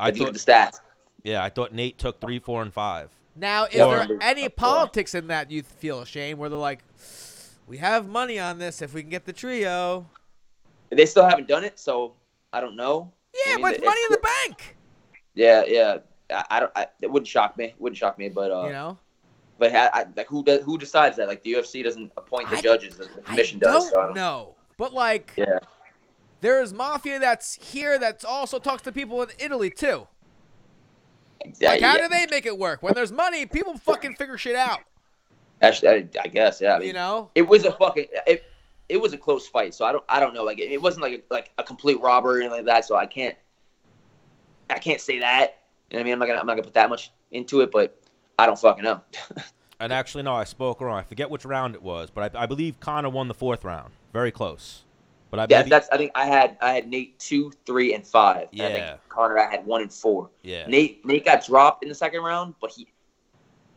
S1: I look at
S2: thought,
S1: the stats.
S2: yeah, I thought Nate took three, four, and five.
S3: Now, is
S1: Yeah.
S3: there
S1: Or-
S3: any
S1: or-
S3: politics in that you feel, Shane, where they're like, we have money on this if we can get the trio?
S1: They still haven't done it, so I don't know.
S3: Yeah,
S1: I mean,
S3: but it's
S1: it-
S3: money in the bank,
S1: Yeah, yeah. I, I don't. I, it wouldn't shock me. Wouldn't shock me. But uh,
S3: you know?
S1: but ha- I, like who does, who decides that? Like the UFC doesn't appoint the
S3: I-
S1: judges. The the
S3: I
S1: commission
S3: don't
S1: does. So I don't,
S3: know. But, like,
S1: Yeah.
S3: there is mafia that's here that's also talks to people in Italy, too.
S1: Yeah,
S3: Like, how
S1: yeah.
S3: do they make it work? When there's money, people fucking figure shit out,
S1: Actually, I, I guess. Yeah. I mean,
S3: you know?
S1: it was a fucking. It, it was a close fight, so I don't. I don't know. Like it, it wasn't like a, like a complete robbery or anything like that. So I can't. I can't say that. You know what I mean, I'm not gonna. I'm not gonna put that much into it, but I don't fucking know.
S2: And actually, no, I spoke wrong. I forget which round it was, but I, I believe Connor won the fourth round. Very close. But I
S1: Yeah,
S2: believe
S1: that's. I think I had I had Nate two, three, and five. And I
S2: Yeah.
S1: think Connor, I had one and four.
S2: he, yeah.
S1: Nate Nate got dropped in the second round, but he.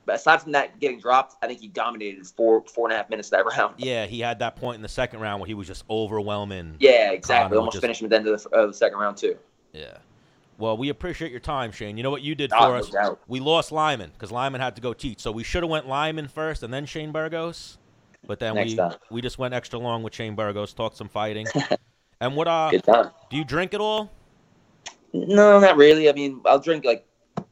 S1: But aside from that getting dropped, I think he dominated four four and a half minutes that round.
S2: Yeah, he had that point in the second round where he was just overwhelming.
S1: Yeah, exactly.
S2: Connor
S1: Almost
S2: just-
S1: finished him at the end of the, of the second round too.
S2: Yeah. Well, we appreciate your time, Shane. You know what you did
S1: Ah,
S2: for
S1: no
S2: us?
S1: doubt.
S2: We lost Lyman because Lyman had to go teach. So we should have went Lyman first and then Shane Burgos. But then
S1: Next
S2: we
S1: time.
S2: we just went extra long with Shane Burgos, talked some fighting. and what uh
S1: Good time.
S2: do you drink at all?
S1: No, not really. I mean, I'll drink like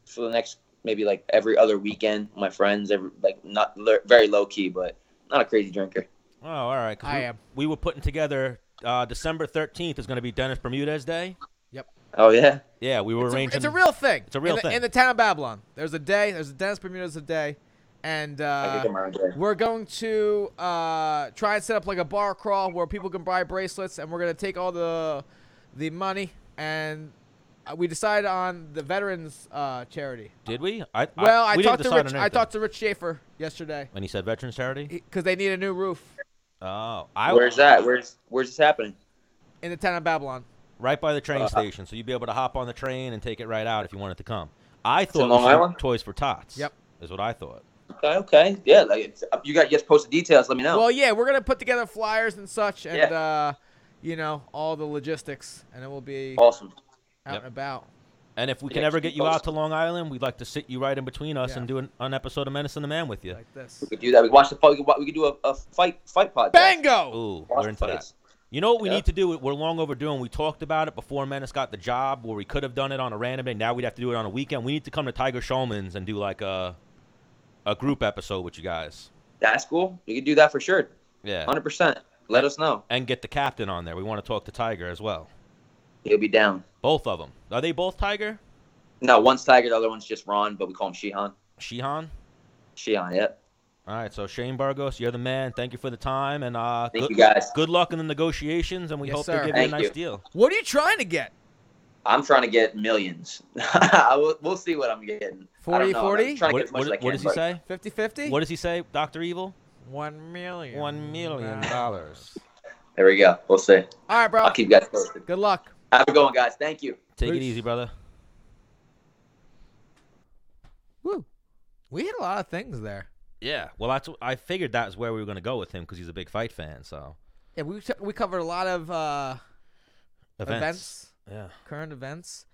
S1: for the next maybe like every other weekend. with My friends, every like not le- very low key, but not a crazy drinker.
S2: Oh, all right. 'cause
S3: I
S2: we,
S3: am.
S2: we were putting together uh, December thirteenth is going to be Dennis Bermudez Day.
S1: Oh yeah,
S2: Yeah, we were
S3: It's a,
S2: arranging.
S3: it's a real thing.
S2: It's a real
S3: in the,
S2: thing.
S3: In the town of Babylon, there's a day. There's a Dennis Bermudez a day, and
S1: I
S3: uh,
S1: could come around there.
S3: we're going to uh, try and set up like a bar crawl where people can buy bracelets, and we're gonna take all the the money, and uh, we decided on the veterans uh, charity.
S2: Did we? I,
S3: Well, I,
S2: we didn't
S3: talked to
S2: decide
S3: Rich.
S2: on
S3: I
S2: anything.
S3: talked to Rich Schaefer yesterday
S2: And he said Veterans Charity.
S3: because they need a new roof
S2: Oh, I
S1: Where's that? Where's Where's this happening?
S3: in the town of Babylon.
S2: right by the train
S1: Uh,
S2: station, so you'd be able to hop on the train and take it right out if you wanted to come. I thought
S1: in
S2: it
S1: Long
S2: was for
S1: Island?
S2: Toys for Tots.
S3: Yep.
S2: is what I thought.
S1: Okay, okay, yeah. Like it's, uh, you got just post the details. Let me know.
S3: Well, yeah, we're gonna put together flyers and such, and
S1: Oh. Yeah.
S3: uh, you know all the logistics, and it will be
S1: awesome.
S3: out
S2: Yep.
S3: and about.
S2: And if we
S1: Yeah,
S2: can ever
S1: keep
S2: get you out
S1: posted.
S2: to Long Island, we'd like to sit you right in between us
S3: Yeah.
S2: and do an, an episode of Menace and the Man with you.
S3: like this.
S1: We could do that. We could watch the fight. We could, wa- we could do a, a fight fight podcast.
S3: Bango!
S2: Ooh,
S1: Watch
S2: we're into
S1: the
S2: that.
S1: fights.
S2: You know what we
S1: Yeah.
S2: need to do? We're long overdue, and we talked about it before Menace got the job, where we could have done it on a random day. Now we'd have to do it on a weekend. We need to come to Tiger Showman's and do like a a group episode with you guys.
S1: That's cool. We could do that for sure.
S2: Yeah,
S1: Hundred percent. Let us know.
S2: and get the captain on there. We want to talk to Tiger as well.
S1: He'll be down.
S2: Both of them. Are they both Tiger?
S1: No, one's Tiger, the other one's just Ron, but we call him Shehan.
S2: Shihan.
S1: Shehan, yep.
S2: All right, so Shane Burgos, you're the man. Thank you for the time, and uh,
S1: Thank
S2: good,
S1: you guys.
S2: good luck in the negotiations, and we
S3: Yes,
S2: hope
S3: sir.
S2: they give
S1: Thank
S2: you a nice
S1: you.
S2: deal.
S3: What are you trying to get?
S1: I'm trying to get millions. I will, we'll see what I'm getting.
S3: 40,
S1: 40?
S3: 40?
S1: Trying to get
S2: What,
S1: as much
S2: what-
S1: as I can,
S2: what does he
S1: but-
S2: say?
S3: 50 50?
S2: What does he say, Doctor Evil?
S3: 1 million.
S2: One million dollars.
S1: There we go. We'll see.
S3: All right, bro.
S1: I'll keep you guys posted.
S3: Good luck.
S1: Have a good one, guys. Thank you.
S2: Take it
S3: Peace.
S2: easy, brother.
S3: Woo. We hit a lot of things there.
S2: Yeah. Well, that's I figured that's where we were gonna go with him because he's a big fight fan. So
S3: Yeah, we, t- we covered a lot of uh, events.
S2: Yeah.
S3: current events.